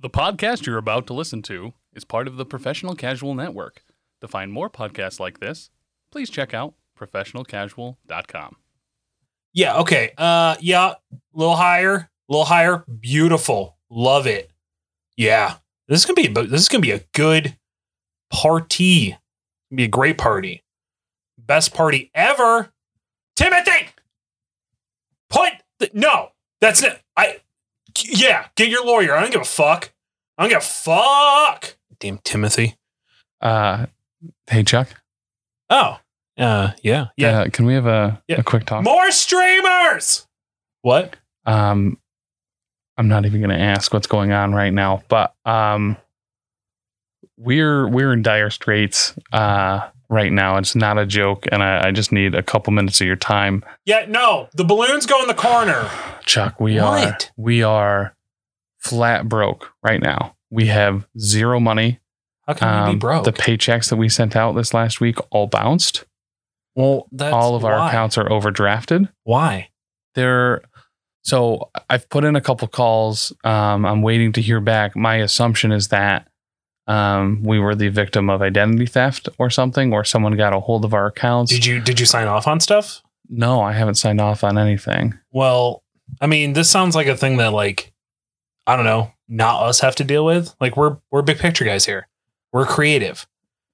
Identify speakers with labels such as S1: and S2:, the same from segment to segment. S1: The podcast you're about to listen to is part of the Professional Casual Network. To find more podcasts like this, please check out professionalcasual.com.
S2: Yeah, okay. Uh yeah, a little higher, a little higher. Beautiful. Love it. Yeah. This is going to be this is going to be a good party. It's gonna be a great party. Best party ever. Timothy. Put the, no. That's it. I yeah, get your lawyer. I don't give a fuck. I don't give a fuck. Damn Timothy.
S1: Uh, hey, Chuck.
S2: Oh. Uh yeah. Yeah.
S1: Uh, can we have a,
S2: Yeah.
S1: a quick talk?
S2: More streamers. What?
S1: Um, I'm not even going to ask what's going on right now, but um, we're we're in dire straits uh, right now. It's not a joke, and I, I just need a couple minutes of your time.
S2: Yeah, no, the balloons go in the corner.
S1: Chuck, we
S2: What?
S1: are we are flat broke right now. We have zero money.
S2: How can we
S1: Um,
S2: be broke?
S1: The paychecks that we sent out this last week all bounced.
S2: well, that's
S1: all of our
S2: why.
S1: accounts are overdrafted.
S2: Why?
S1: They're so I've put in a couple calls. Um, I'm waiting to hear back. My assumption is that um, we were the victim of identity theft or something, or someone got a hold of our accounts.
S2: Did you did you sign off on stuff?
S1: no, I haven't signed off on anything.
S2: Well, I mean, this sounds like a thing that like I don't know, not us have to deal with. Like we're we're big picture guys here. We're creative.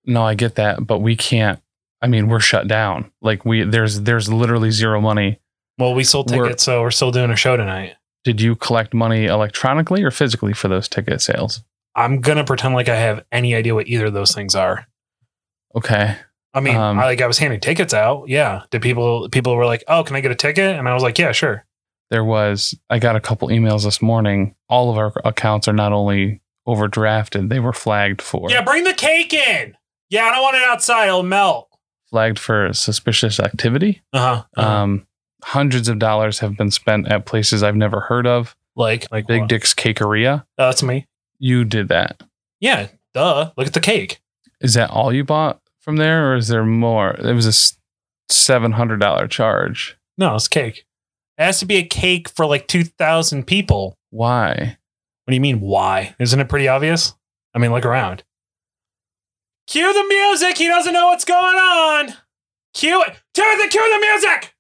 S1: No, I get that, but we can't. I mean, we're shut down. Like we there's there's literally zero money
S2: Well, we sold
S1: We're-
S2: tickets, so we're still doing a show tonight.
S1: did you collect money electronically or physically for those ticket sales?
S2: I'm gonna pretend like I have any idea what either of those things are.
S1: Okay.
S2: I mean,
S1: Um,
S2: I, like I was handing tickets out. Yeah. Did people people were like, "Oh, can I get a ticket?" And I was like, "Yeah, sure."
S1: There was, I got a couple emails this morning. All of our accounts are not only overdrafted, they were flagged for
S2: Yeah, bring the cake in. Yeah, I don't want it outside. It'll melt.
S1: flagged for suspicious activity.
S2: Uh-huh.
S1: Um, hundreds of dollars have been spent at places I've never heard of.
S2: like like
S1: Big
S2: what?
S1: Dick's Cakeria.
S2: Uh, that's me.
S1: You did that.
S2: Yeah. Duh. Look at the cake.
S1: Is that all you bought from there or is there more? It was a s- $700 charge.
S2: No, it's cake. It has to be a cake for like two thousand people.
S1: Why?
S2: What do you mean? Why? Isn't it pretty obvious? I mean, look around. Cue the music. He doesn't know what's going on. Cue it. Timothy, cue the music.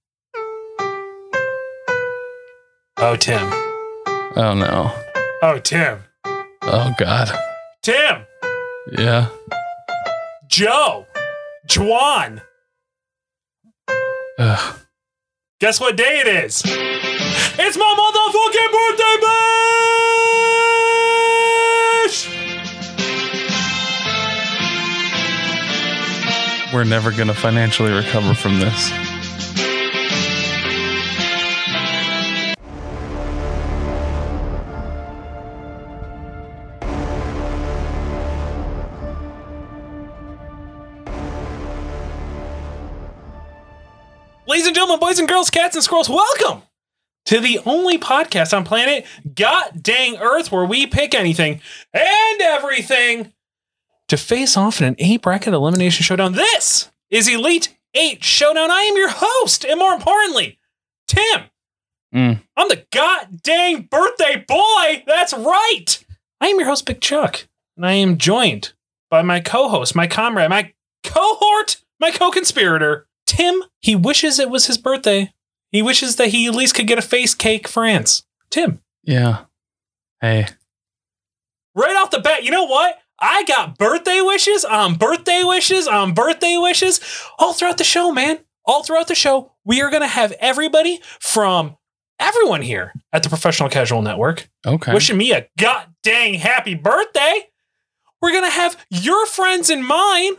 S2: Oh, Tim.
S1: Oh no.
S2: Oh, Tim.
S1: Oh God.
S2: Tim.
S1: Yeah.
S2: Joe. Juan.
S1: Ugh.
S2: Guess what day it is? It's my motherfucking birthday, bitch!
S1: We're never going to financially recover from this.
S2: Ladies and gentlemen, boys and girls, cats and squirrels, welcome to the only podcast on planet God dang Earth where we pick anything and everything to face off in an eight bracket elimination showdown. This is Elite Eight Showdown. I am your host, and more importantly, Tim.
S1: Mm.
S2: I'm the god dang birthday boy. That's right. I am your host, Big Chuck, and I am joined by my co-host, my comrade, my cohort, my co-conspirator, Tim. He wishes it was his birthday. He wishes that he at least could get a face cake for ants. Tim,
S1: Yeah. Hey,
S2: right off the bat, you know what? I got birthday wishes on birthday wishes on birthday wishes all throughout the show, man. All throughout the show, we are going to have everybody from everyone here at the Professional Casual Network
S1: okay.
S2: wishing me a god dang happy birthday. We're gonna have your friends and mine,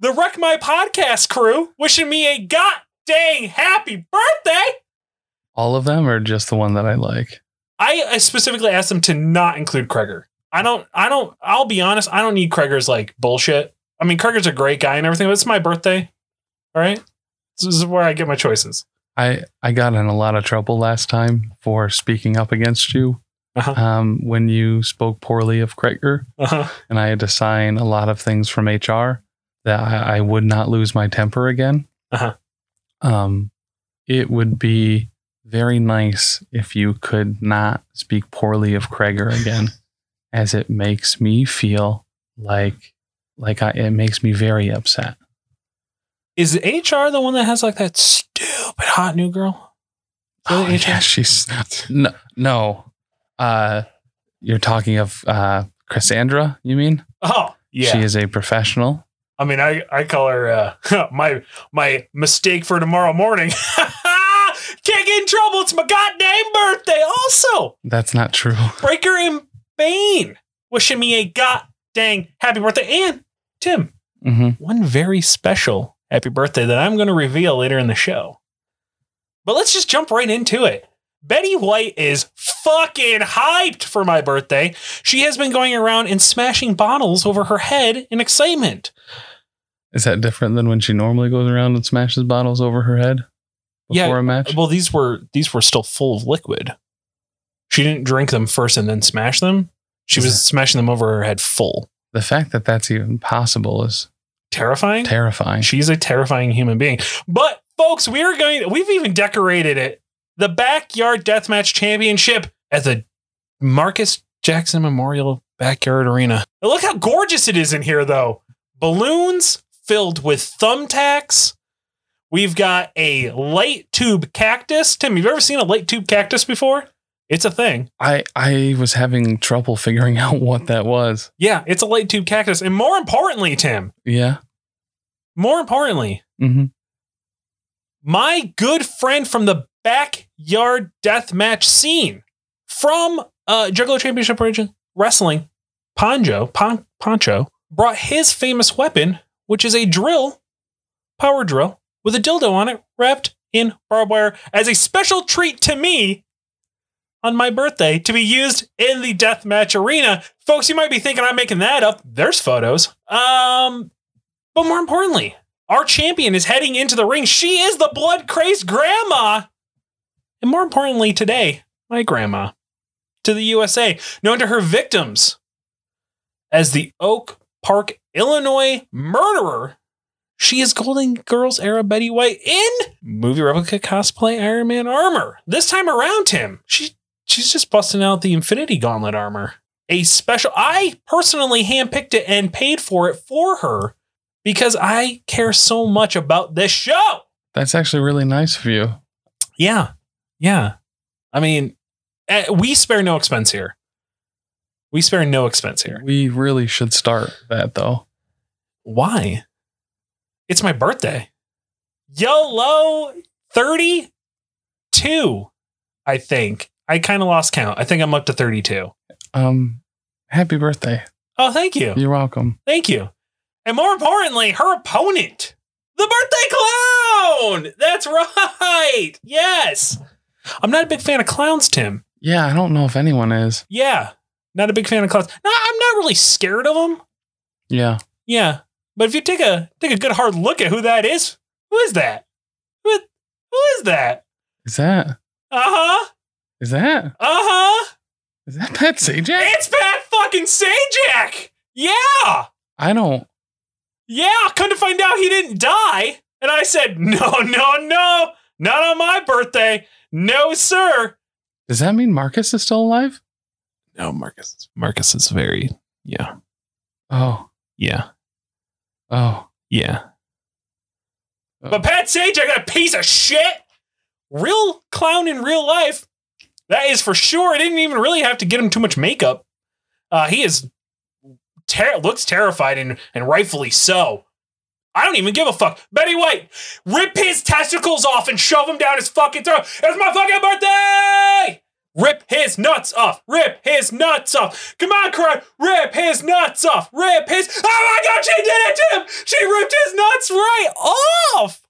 S2: the Wreck My Podcast crew, wishing me a god dang happy birthday.
S1: All of them or just the one that I like?
S2: I, I specifically asked them to not include Kreger. I don't, I don't, I'll be honest, I don't need Kreger's like bullshit. I mean, Kreger's a great guy and everything, but it's my birthday. All right. This is where I get my choices.
S1: I, I got in a lot of trouble last time for speaking up against you
S2: Uh-huh.
S1: um, when you spoke poorly of Kreger,
S2: Uh-huh.
S1: and I had to sign a lot of things from HR that I, I would not lose my temper again.
S2: Uh-huh.
S1: Um, it would be very nice if you could not speak poorly of Kreger again as it makes me feel like like I, it makes me very upset.
S2: Is HR the one that has like that stupid hot new girl? Is that
S1: Oh, yeah, she's no, no. Uh, you're talking of uh, Cassandra. You mean
S2: Oh, yeah.
S1: she is a professional?
S2: I mean, I, I call her uh, my my mistake for tomorrow morning. Can't get in trouble. It's my goddamn birthday. Also,
S1: That's not true.
S2: Breaker and Bane wishing me a god dang happy birthday. And Tim,
S1: hmm
S2: one very special happy birthday that I'm going to reveal later in the show. But let's just jump right into it. Betty White is fucking hyped for my birthday. She has been going around and smashing bottles over her head in excitement.
S1: Is that different than when she normally goes around and smashes bottles over her head
S2: Yeah,
S1: before a match?
S2: Well, these were these were still full of liquid. She didn't drink them first and then smash them. She was smashing them over her head full.
S1: The fact that that's even possible is
S2: Terrifying.
S1: terrifying.
S2: She's a terrifying human being. But folks, we are going. We've even decorated it. The backyard deathmatch championship at the Marcus Jackson Memorial Backyard Arena. And look how gorgeous it is in here, though. Balloons filled with thumbtacks. We've got a light tube cactus. Tim, you've ever seen a light tube cactus before? It's a thing.
S1: I I was having trouble figuring out what that was.
S2: Yeah, it's a light tube cactus. And more importantly, Tim,
S1: Yeah.
S2: more importantly,
S1: Mm-hmm.
S2: my good friend from the backyard deathmatch scene from uh, Juggalo Championship Origin Wrestling, Poncho, Pon- Poncho, brought his famous weapon, which is a drill, power drill, with a dildo on it wrapped in barbed wire as a special treat to me on my birthday to be used in the deathmatch arena. Folks, you might be thinking I'm making that up. There's photos. Um, but more importantly, our champion is heading into the ring. She is the blood crazed grandma. And more importantly, today, my grandma to the USA, known to her victims as the Oak Park, Illinois murderer. She is Golden Girls era Betty White in movie replica cosplay Iron Man armor. This time around, Tim, she she's just busting out the Infinity Gauntlet armor. A special. I personally handpicked it and paid for it for her because I care so much about this show.
S1: That's actually really nice of you.
S2: Yeah. Yeah. I mean, eh, we spare no expense here. We spare no expense here.
S1: We really should start that though.
S2: Why? It's my birthday. YOLO 32, I think. I kind of lost count. I think I'm up to 32.
S1: Um, happy birthday.
S2: Oh, thank you.
S1: You're welcome.
S2: Thank you. And more importantly, her opponent, the birthday clown. That's right. Yes. I'm not a big fan of clowns, Tim.
S1: Yeah, I don't know if anyone is.
S2: Yeah. Not a big fan of clowns. No, I'm not really scared of them.
S1: Yeah,
S2: Yeah. But if you take a take a good hard look at who that is, who is that? Who, who is that?
S1: is that
S2: Uh-huh.
S1: is that
S2: Uh-huh.
S1: is that Pat Sajak?
S2: It's Pat fucking Sajak. Yeah.
S1: I don't.
S2: Yeah, come to find out he didn't die. And I said, no, no, no, not on my birthday. No, sir.
S1: Does that mean Marcus is still alive?
S2: No, Marcus. Marcus is very, yeah,
S1: Oh,
S2: yeah,
S1: oh,
S2: yeah. But Pat Sajak, that piece of shit, real clown in real life. That is for sure. I didn't even really have to get him too much makeup. Uh, he is ter- looks terrified and and rightfully so. I don't even give a fuck. Betty White, rip his testicles off and shove them down his fucking throat. It's my fucking birthday. Rip his nuts off. Rip his nuts off. Come on, crowd. Rip his nuts off. Rip his. Oh my god, she did it to him. She ripped his nuts right off.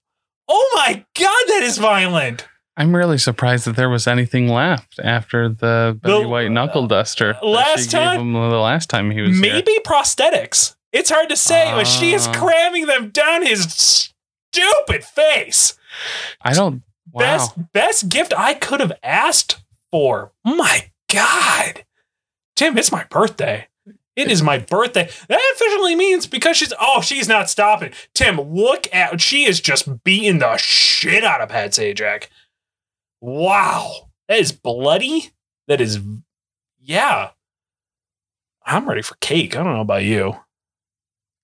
S2: Oh my god, that is violent.
S1: I'm really surprised that there was anything left after the Betty White knuckle duster that
S2: last
S1: she
S2: time-
S1: Gave him the last time he was here.
S2: Maybe prosthetics. It's hard to say, but she is
S1: Ah.
S2: cramming them down his stupid face.
S1: I don't. Wow.
S2: Best best gift I could have asked for. My god. Tim, it's my birthday. It is my birthday. That officially means because she's oh, she's not stopping. Tim, look at she is just beating the shit out of Pat Sajak. Wow. That is bloody. That is yeah. I'm ready for cake. I don't know about you.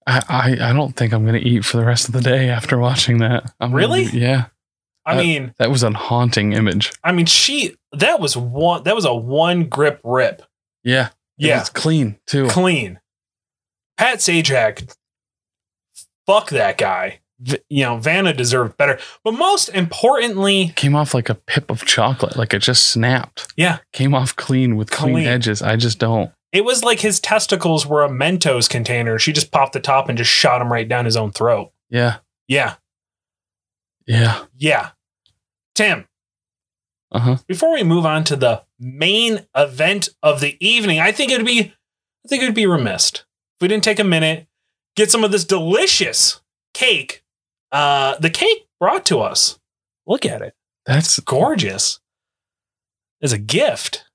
S1: I, I, I don't think I'm gonna eat for the rest of the day after watching that. I'm gonna
S2: Really?
S1: be- yeah,
S2: I
S1: Uh,
S2: mean,
S1: that was a haunting image.
S2: I mean, she that was one that was a one grip rip.
S1: Yeah, it
S2: Yeah,
S1: was clean too.
S2: clean. Pat Sajak, fuck that guy. V- you know, Vanna deserved better. But most importantly,
S1: Came off like a pip of chocolate, like it just snapped.
S2: Yeah.
S1: came off clean with clean,
S2: Clean.
S1: edges. I just don't.
S2: it was like his testicles were a Mentos container. She just popped the top and just shot him right down his own throat.
S1: Yeah,
S2: Yeah,
S1: yeah,
S2: yeah. Tim,
S1: uh huh.
S2: before we move on to the main event of the evening, I think it'd be I think it'd be remiss if we didn't take a minute, get some of this delicious cake. Uh the cake brought to us. Look at it.
S1: That's
S2: Gorgeous. As a gift.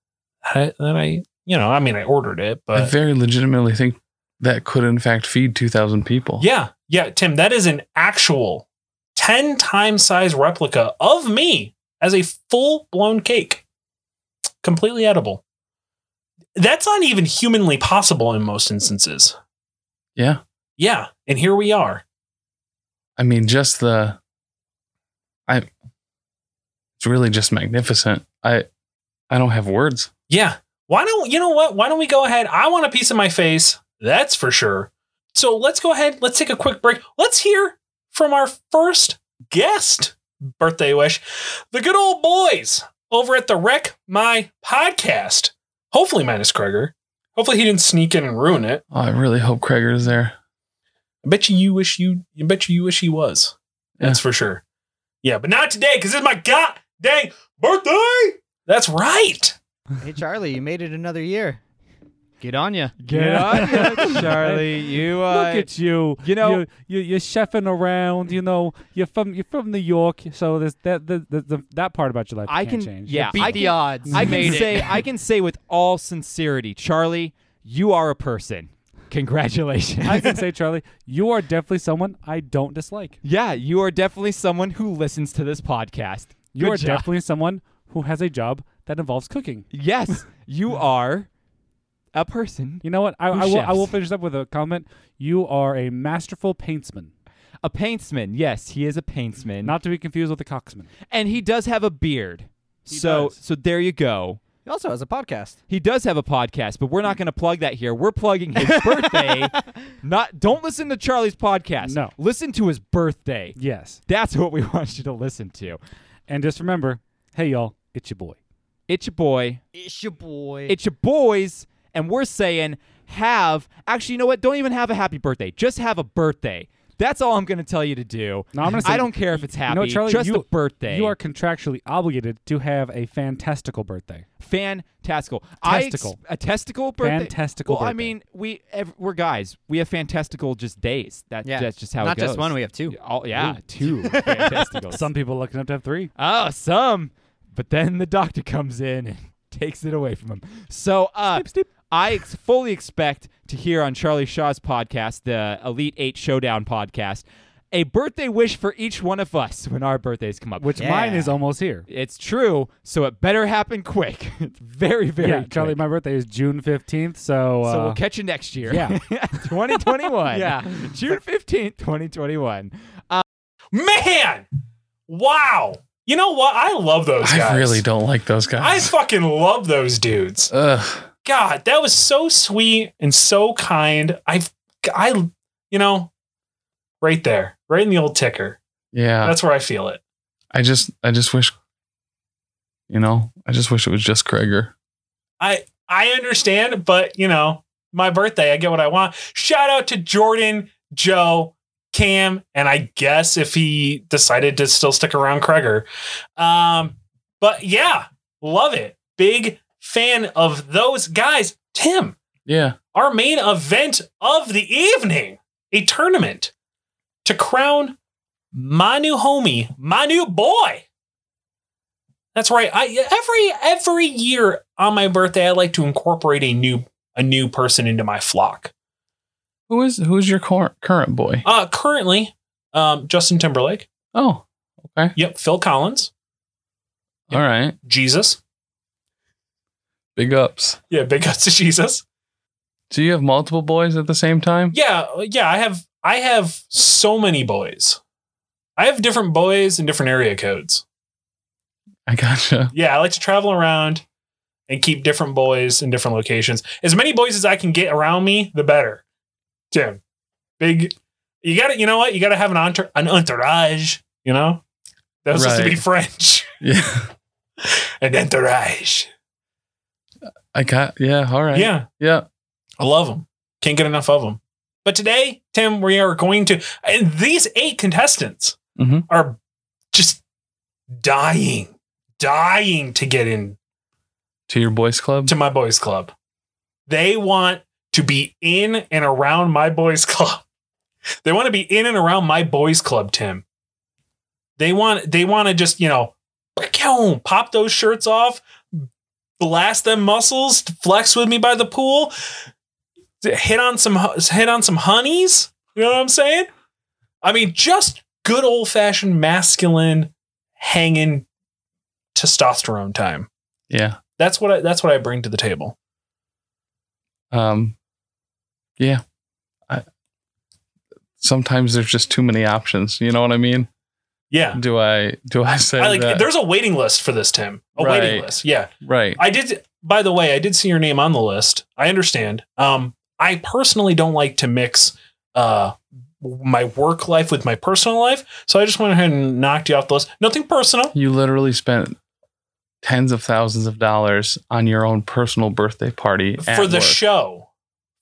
S2: I, that I you know, I mean I ordered it,
S1: I
S2: but
S1: very legitimately think that could in fact feed two thousand people.
S2: yeah, yeah, Tim, that is an actual 10 times size replica of me as a full blown cake. Completely edible. That's not even humanly possible in most instances.
S1: yeah.
S2: Yeah. And here we are.
S1: I mean, just the, I, it's really just magnificent. I, I don't have words.
S2: Yeah. Why don't you know what? Why don't we go ahead? I want a piece of my face. That's for sure. So let's go ahead. Let's take a quick break. Let's hear from our first guest birthday wish, the good old boys over at the Wreck My Podcast. Hopefully, minus Kreger. Hopefully, he didn't sneak in and ruin it.
S1: Oh, I really hope Kreger is there.
S2: I bet you you wish you. I bet you you wish he was. That's for sure. Yeah, but not today because it's my god dang birthday. That's right.
S3: Hey Charlie, you made it another year. Get on ya.
S4: Get
S5: Yeah.
S4: on you, Charlie. You uh,
S5: Look at you.
S4: you know-
S5: you're, you're, you're chefing around. You know, you're from you're from New York, so there's that the, the, the, that part about your life
S4: I
S5: can't
S4: can-
S5: change.
S4: yeah.
S3: Beat
S4: I
S3: the
S4: can-
S3: odds.
S4: I can
S3: Made it.
S4: say I can say with all sincerity, Charlie, you are a person. Congratulations.
S5: I can say, Charlie, you are definitely someone I don't dislike.
S4: yeah, you are definitely someone who listens to this podcast.
S5: You
S4: Good
S5: are
S4: job.
S5: definitely someone who has a job that involves cooking.
S4: Yes, you are a person.
S5: You know what? I,
S4: Who
S5: I will. I
S4: chefs?
S5: will finish up with a comment. You are a masterful paintsman,
S4: A paintsman. Yes, he is a paintsman.
S5: not to be confused with a coxman.
S4: and he does have a beard. so
S5: does.
S4: so there you go.
S3: He also has a podcast.
S4: He does have a podcast, but we're not going to plug that here. We're plugging his birthday. Not don't listen to Charlie's podcast.
S5: No.
S4: Listen to his birthday.
S5: Yes.
S4: That's what we want you to listen to.
S5: And just remember, hey y'all, it's your boy.
S4: It's your boy.
S3: It's your boy.
S4: It's your boys and we're saying have actually you know what? Don't even have a happy birthday. Just have a birthday. That's all I'm going to tell you to do.
S5: No, I'm gonna say-
S4: I don't care if it's happy.
S5: you know, Charlie,
S4: just
S5: you,
S4: a birthday.
S5: You are contractually obligated to have a fantastical birthday.
S4: fantastical.
S5: Testicle.
S4: I ex- a testicle birthday.
S5: Fantastical
S4: Well, I
S5: birthday.
S4: mean, we ev- we're guys. We have fantastical just days. That,
S3: yeah.
S4: That's just how
S3: Not
S4: it goes.
S3: just one, we have two.
S4: Oh yeah, two fantasticals.
S5: Some people looking up to have three.
S4: oh, some. But then the doctor comes in and takes it away from him. So uh, I ex- fully expect to hear on Charlie Shaw's podcast, the Elite Eight Showdown podcast, a birthday wish for each one of us when our birthdays come up.
S5: Which
S3: Yeah.
S5: mine is almost here.
S4: it's true, so it better happen quick. it's very, very
S5: yeah, Charlie,
S4: quick.
S5: my birthday is June fifteenth, so, uh,
S4: So we'll catch you next year.
S5: yeah.
S4: 2021. yeah. June 15th, 2021.
S2: Man, wow. You know what? I love those guys.
S1: I really don't like those
S2: I
S1: guys.
S2: fucking love those dudes.
S1: Ugh.
S2: God, that was so sweet and so kind. I, I, you know, right there, right in the old ticker.
S1: Yeah.
S2: That's where I feel it.
S1: I just, I just wish, you know, I just wish it was just Kreger.
S2: I, I understand, but you know, my birthday, I get what I want. Shout out to Jordan, Joe, Cam, and I guess if he decided to still stick around, Kreger. Um, but yeah, love it. Big fan of those guys. Tim,
S1: Yeah.
S2: our main event of the evening, a tournament to crown my new homie, my new boy. That's right. I every every year on my birthday, I like to incorporate a new a new person into my flock.
S1: Who is, who is your current current boy?
S2: Uh, currently, um, Justin Timberlake.
S1: Oh,
S2: Yep, Phil Collins,
S1: all right.
S2: Jesus.
S1: Big ups.
S2: Yeah, big ups to Jesus.
S1: Do you have multiple boys at the same time?
S2: Yeah, yeah, I have I have so many boys. I have different boys and different area codes.
S1: I gotcha.
S2: Yeah, I like to travel around and keep different boys in different locations. As many boys as I can get around me, the better. Jim, big you got to you know what? You got to have an entour- an entourage, you know? That was supposed to be
S1: Right.
S2: French.
S1: Yeah.
S2: An entourage.
S1: I got yeah, all right.
S2: Yeah.
S1: Yeah.
S2: I love them. Can't get enough of them. But today, Tim, we are going to, and these eight contestants
S1: Mhm.
S2: are just dying, dying to get in
S1: To your boys club.
S2: to my boys' club. They want to be in and around my boys' club. They want to be in and around my boys' club, Tim. They want they want to just you know, pew, pop those shirts off, blast them muscles, flex with me by the pool, hit on some hit on some honeys. You know what I'm saying? I mean, just good old fashioned masculine hanging testosterone time.
S1: Yeah.
S2: That's what I, that's what I bring to the table.
S1: Um Yeah. I sometimes there's just too many options. You know what I mean?
S2: Yeah.
S1: Do I do I say
S2: I like
S1: that?
S2: there's a waiting list for this, Tim. A waiting
S1: uh, Right.
S2: list. Yeah.
S1: right.
S2: I did by the way, I did see your name on the list. I understand. Um I personally don't like to mix uh my work life with my personal life. So I just went ahead and knocked you off the list. Nothing personal.
S1: you literally spent tens of thousands of dollars on your own personal birthday party at
S2: for the
S1: work.
S2: show.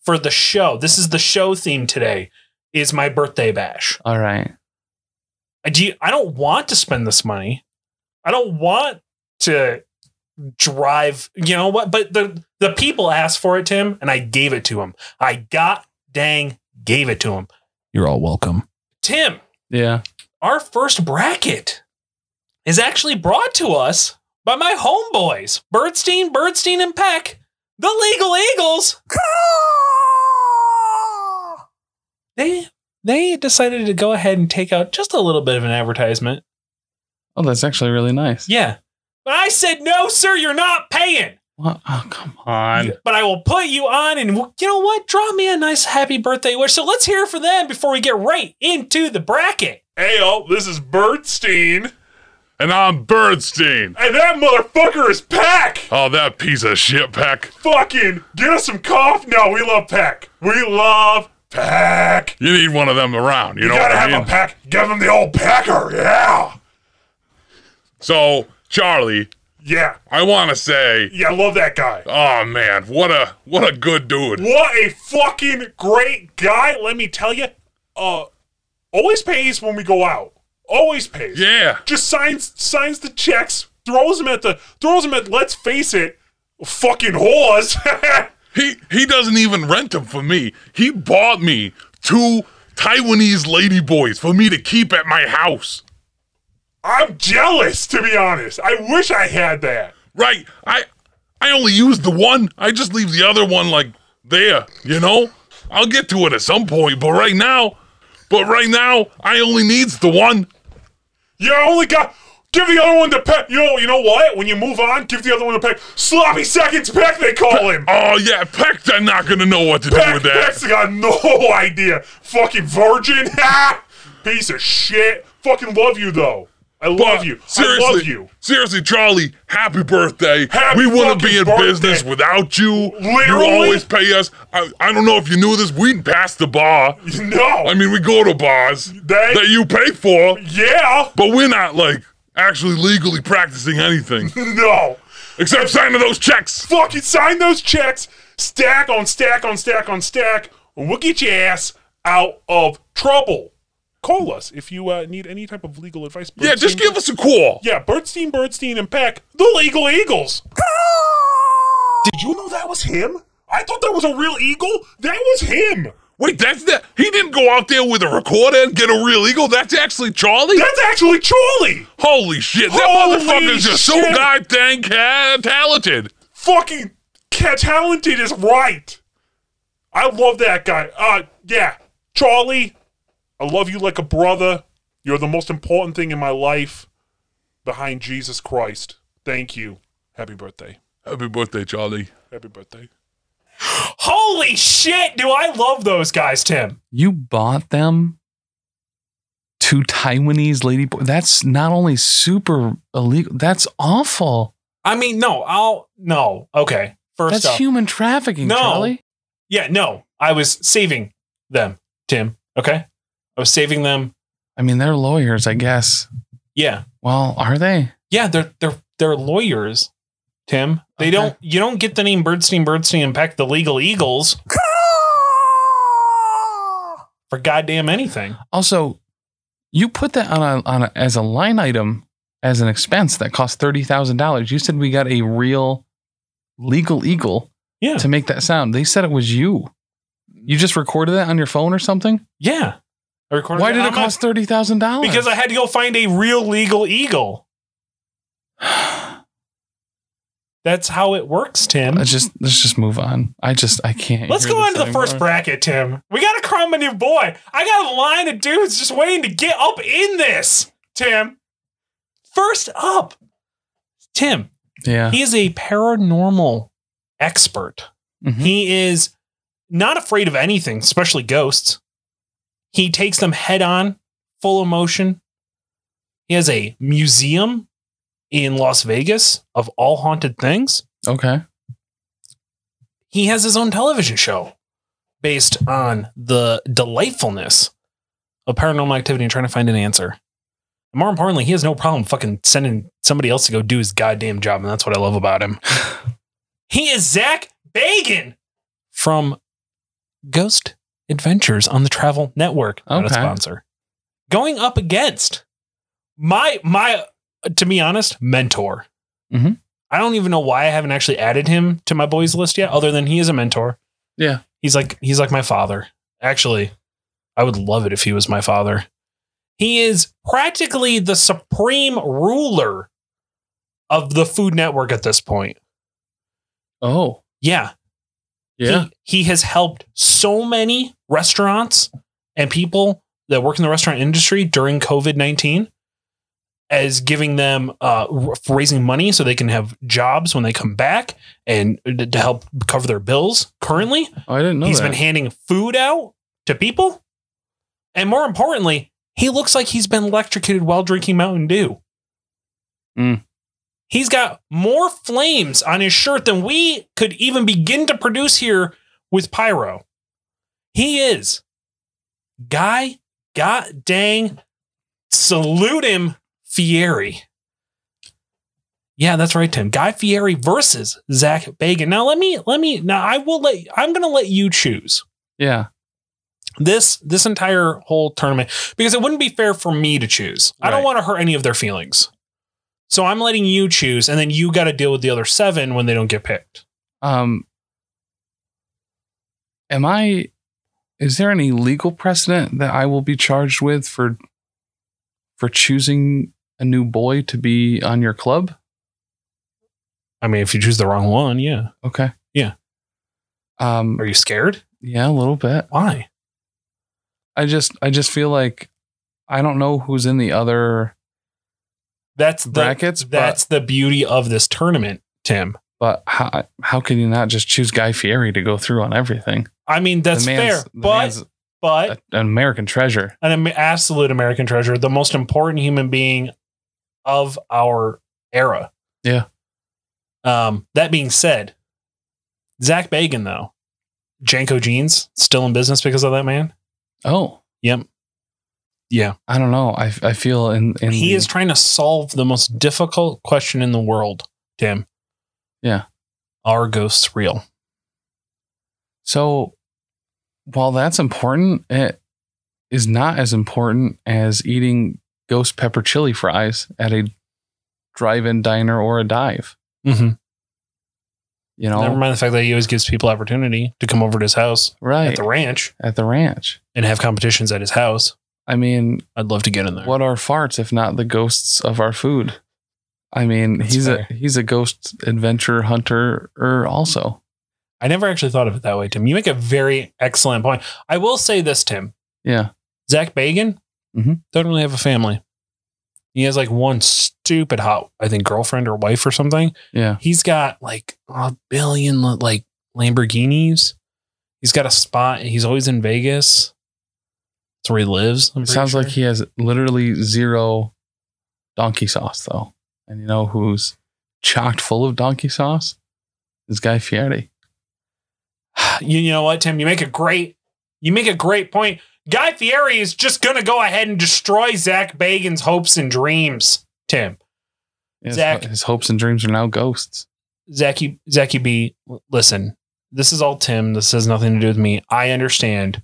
S2: For the show. This is the show theme today. Is my birthday bash.
S1: All right.
S2: I do I don't want to spend this money. I don't want to drive, you know what? But the the people asked for it, Tim, and I gave it to him. I got dang gave it to him. You're all welcome. Tim,
S1: Yeah.
S2: our first bracket is actually brought to us by my homeboys, Birdstein, Birdstein, and Peck, the Legal Eagles. They they decided to go ahead and take out just a little bit of an advertisement.
S1: Oh, that's actually really nice.
S2: Yeah. But I said, no, sir, you're not paying.
S1: What? Oh, come on.
S2: But I will put you on, and w- you know what? Draw me a nice happy birthday wish. So let's hear it for them before we get right into the bracket.
S6: Hey, y'all, this is Birdstein. And I'm Birdstein. And that motherfucker is Peck. Oh, that piece of shit, Peck. Fucking get us some coffee. No, we love Peck. We love Peck. You need one of them around. You, know gotta have a Peck. Give him the old Pecker. Yeah. So, Charlie. Yeah. I want to say. Yeah, I love that guy. Oh man, what a what a good dude. What a fucking great guy. Let me tell you. Uh always pays when we go out. Always pays. Yeah. Just signs signs the checks, throws them at the throws them at let's face it, fucking whores. he he doesn't even rent them for me. He bought me two Taiwanese ladyboys for me to keep at my house. I'm jealous, to be honest. I wish I had that. Right. I I only use the one. I just leave the other one like there, you know? I'll get to it at some point, but right now but right now, I only needs the one. You only got. Give the other one to Peck. You know, you know what? When you move on, give the other one to Peck. Sloppy seconds, Peck. They call him. Oh yeah, Peck. They're not gonna know what to do with that. Peck's got no idea. Fucking virgin. Ha! Piece of shit. Fucking love you though. I love you. Seriously, I love you. Seriously, Charlie. Happy birthday. we wouldn't be in business without you. Literally. You always pay us. I, I don't know if you knew this. We passed the bar. No. I mean, we go to bars that you pay for. Yeah. But we're not like actually legally practicing anything. no. Except signing those checks. Fucking sign those checks. Stack on stack on stack on stack. And we'll get your ass out of trouble. Call us if you uh, need any type of legal advice. yeah, just give us a call. Yeah, Birdstein, Birdstein, and Peck, the legal eagles. Did you know that was him? I thought that was a real eagle. That was him. Wait, that's that. He didn't go out there with a recorder and get a real eagle. That's actually Charlie. That's actually Charlie. Holy shit! That motherfucker is just so goddamn ca- talented. Fucking ca- talented is right. I love that guy. Uh, yeah, Charlie. I love you like a brother. You're the most important thing in my life behind Jesus Christ. Thank you. Happy birthday. Happy birthday, Charlie. Happy birthday.
S2: Holy shit, do I love those guys, Tim.
S1: You bought them to Taiwanese lady boy. That's not only super illegal, that's awful.
S2: I mean, no, I'll no. Okay. First
S1: that's
S2: up.
S1: human trafficking,
S2: No.
S1: Charlie.
S2: Yeah, no. I was saving them, Tim. Okay? I was saving them.
S1: I mean, they're lawyers, I guess.
S2: Yeah.
S1: Well, are they?
S2: Yeah, they're they're they're lawyers, Tim. They
S1: Okay.
S2: don't you don't get the name Birdstein Birdstein and Peck the legal eagles. For goddamn anything.
S1: Also, you put that on a, on a as a line item as an expense that cost thirty thousand dollars. You said we got a real legal eagle
S2: Yeah.
S1: to make that sound. They said it was you. You just recorded that on your phone or something?
S2: Yeah. I recorded
S1: Why did
S2: I'm
S1: it
S2: not-
S1: cost thirty thousand dollars?
S2: Because I had to go find a real legal eagle. That's how it works, Tim.
S1: Let's just let's just move on. I just I can't.
S2: Let's
S1: hear
S2: go
S1: this
S2: on to the first
S1: anymore.
S2: bracket, Tim. We got to crumb a new boy. I got a line of dudes just waiting to get up in this, Tim. First up, Tim.
S1: Yeah.
S2: He is a paranormal expert.
S1: Mhm.
S2: He is not afraid of anything, especially ghosts. He takes them head on, full emotion. He has a museum in Las Vegas of all haunted things
S1: Okay.
S2: he has his own television show based on the delightfulness of paranormal activity and trying to find an answer. And more importantly, he has no problem fucking sending somebody else to go do his goddamn job, and that's what I love about him. he is Zach Bagan from Ghost Adventures on the Travel Network, not a
S1: Okay.
S2: sponsor. Going up against my my to be honest, mentor.
S1: Mhm.
S2: I don't even know why I haven't actually added him to my boys list yet, other than he is a mentor.
S1: Yeah.
S2: He's like he's like my father. Actually, I would love it if he was my father. He is practically the supreme ruler of the Food Network at this point.
S1: Oh.
S2: Yeah.
S1: Yeah.
S2: He, he has helped so many restaurants and people that work in the restaurant industry during COVID 19 as giving them, uh, r- raising money so they can have jobs when they come back and uh, to to help cover their bills. Currently,
S1: oh, I didn't know
S2: he's
S1: that.
S2: been handing food out to people. And more importantly, he looks like he's been electrocuted while drinking Mountain Dew.
S1: Mm.
S2: He's got more flames on his shirt than we could even begin to produce here with Pyro. He is Guy God dang salute him Fieri. Yeah, that's right, Tim. Guy Fieri versus Zach Bagan. Now let me let me now I will let I'm gonna let you choose
S1: yeah.
S2: this this entire whole tournament because it wouldn't be fair for me to choose. I don't
S1: Right.
S2: want to hurt any of their feelings. So I'm letting you choose, and then you got to deal with the other seven when they don't get picked.
S1: Um. Am I? Is there any legal precedent that I will be charged with for for choosing a new boy to be on your club?
S2: I mean, if you choose the wrong one, yeah.
S1: Okay.
S2: Yeah.
S1: Um.
S2: Are you scared?
S1: Yeah, a little bit.
S2: Why?
S1: I just I just feel like I don't know who's in the other,
S2: That's the
S1: Brackets, but-
S2: That's the beauty of this tournament, Tim.
S1: but how how can you not just choose Guy Fieri to go through on everything?
S2: I mean, that's
S1: The
S2: fair,
S1: man's- the
S2: but
S1: man's
S2: but
S1: a- an American treasure.
S2: an am- absolute American treasure, the most important human being of our era.
S1: Yeah.
S2: Um, that being said, Zach Bagan, though, Janko Jeans, still in business because of that man.
S1: Oh,
S2: Yeah.
S1: I don't know. I I feel in in
S2: He
S1: the-
S2: is trying to solve the most difficult question in the world, Tim.
S1: Yeah.
S2: Are ghosts real?
S1: So while that's important, it is not as important as eating ghost pepper chili fries at a drive-in diner or a dive.
S2: Mm-hmm.
S1: You know,
S2: Never mind the fact that he always gives people opportunity to come over to his house
S1: right
S2: at the ranch
S1: at the ranch.
S2: and have competitions at his house.
S1: I mean,
S2: I'd love to get in there.
S1: what are farts if not the ghosts of our food? I mean,
S2: That's
S1: he's
S2: fair.
S1: a he's a ghost adventure hunter also.
S2: I never actually thought of it that way, Tim. You make a very excellent point. I will say this, Tim.
S1: Yeah.
S2: Zach Bagan
S1: Mhm.
S2: doesn't really have a family. He has like one stupid hot, I think, girlfriend or wife or something.
S1: Yeah.
S2: He's got like a billion like Lamborghinis. He's got a spot. He's always in Vegas. That's where he lives. I'm
S1: It
S2: pretty
S1: sounds
S2: sure.
S1: like he has literally zero donkey sauce, though. And you know who's chocked full of donkey sauce? This guy Fieri.
S2: you, you know what, Tim? You make a great you make a great point. Guy Fieri is just gonna go ahead and destroy Zach Bagan's hopes and dreams, Tim.
S1: His,
S2: Zach.
S1: his hopes and dreams are now ghosts.
S2: Zachy Zachy B, l- listen, this is all Tim. This has nothing to do with me. I understand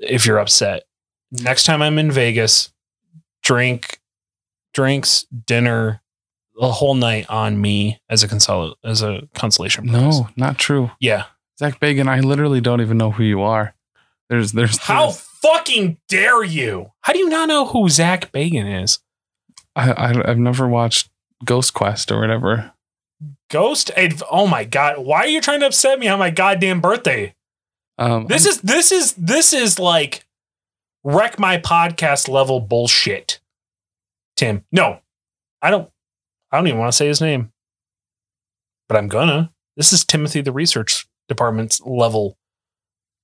S2: if you're upset. Next time I'm in Vegas, drink drinks, dinner, a whole night on me as a consol as a consolation prize.
S1: No, not true.
S2: Yeah.
S1: Zach Bagan, I literally don't even know who you are. There's, there's,
S2: How
S1: there's-
S2: fucking dare you? How do you not know who Zach Bagan is?
S1: I, I, I've never watched Ghost Quest or whatever.
S2: Ghost? Adv- oh my god! Why are you trying to upset me on my goddamn birthday?
S1: Um,
S2: This is this is this is like wreck my podcast level bullshit. Tim, no, I don't. I don't even want to say his name, but I'm gonna. This is Timothy the Research Department's level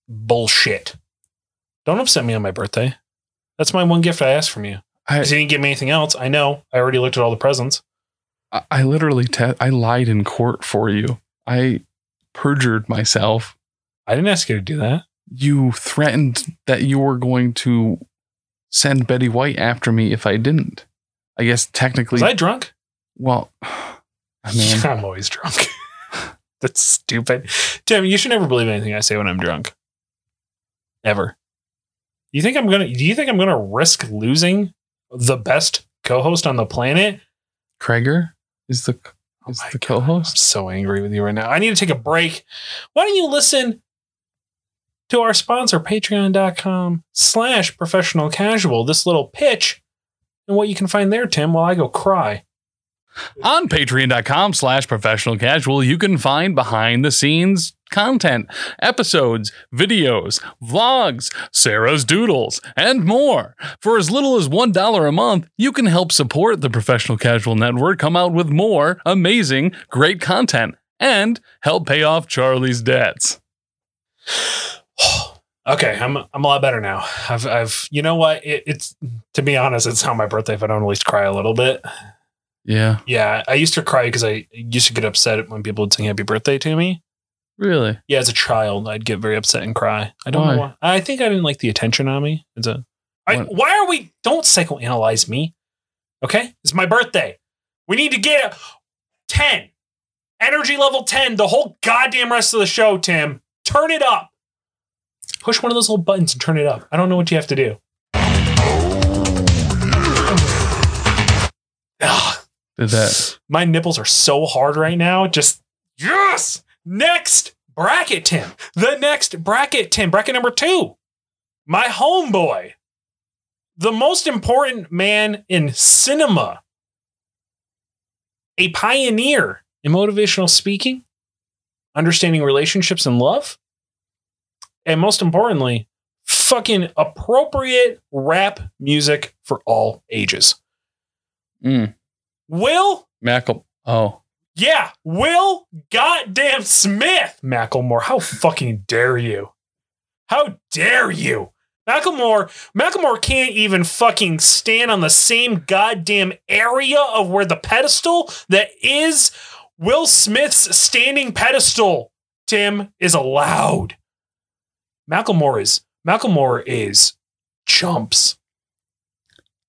S2: bullshit. Don't upset me on my birthday. That's my one gift I asked from you.
S1: I,
S2: 'Cause You didn't give me anything else. I know. I already looked at all the presents.
S1: I- I literally te- I lied in court for you. I perjured myself.
S2: I didn't ask you to do that.
S1: You threatened that you were going to send Betty White after me if I didn't. I guess technically,
S2: Was I drunk?
S1: well, I mean,
S2: I'm always drunk. That's stupid. Tim, you should never believe anything I say when I'm drunk. Ever. You think I'm gonna do you think I'm gonna risk losing the best co-host on the planet?
S1: Krager is the is
S2: Oh my
S1: the
S2: God. I'm
S1: co-host.
S2: so angry with you right now. I need to take a break. Why don't you listen to our sponsor, patreon.com slash professional casual, this little pitch and what you can find there, Tim, while I go cry.
S1: On patreon.com slash professional casual, you can find behind the scenes content, episodes, videos, vlogs, Sarah's doodles, and more. For as little as $1 a month, you can help support the Professional Casual Network come out with more amazing, great content and help pay off Charlie's debts.
S2: Okay, I'm I'm a lot better now. I've I've you know what it, it's to be honest, it's not my birthday if I don't at least cry a little bit.
S1: Yeah,
S2: Yeah, I used to cry because I used to get upset when people would sing happy birthday to me.
S1: really?
S2: Yeah, as a child, I'd get very upset and cry. I don't
S1: Why?
S2: know why. I think I didn't like the attention on me. It's a I,
S1: What?
S2: why are we don't psychoanalyze me? Okay, it's my birthday. We need to get a ten energy level ten. The whole goddamn rest of the show, Tim. Turn it up. Push one of those little buttons and turn it up. I don't know what you have to do. Ugh,
S1: Did that
S2: my nipples are so hard right now. Just yes. Next bracket, Tim. The next bracket, Tim. Bracket number two. My homeboy, the most important man in cinema, a pioneer in motivational speaking, understanding relationships and love, and most importantly, fucking appropriate rap music for all ages.
S1: Mm.
S2: Will
S1: Mackle? Oh,
S2: yeah, Will Goddamn Smith, Macklemore. How fucking dare you? How dare you? Macklemore, Macklemore can't even fucking stand on the same goddamn area of where the pedestal that is Will Smith's standing pedestal. Tim is allowed. Macklemore is Macklemore is jumps.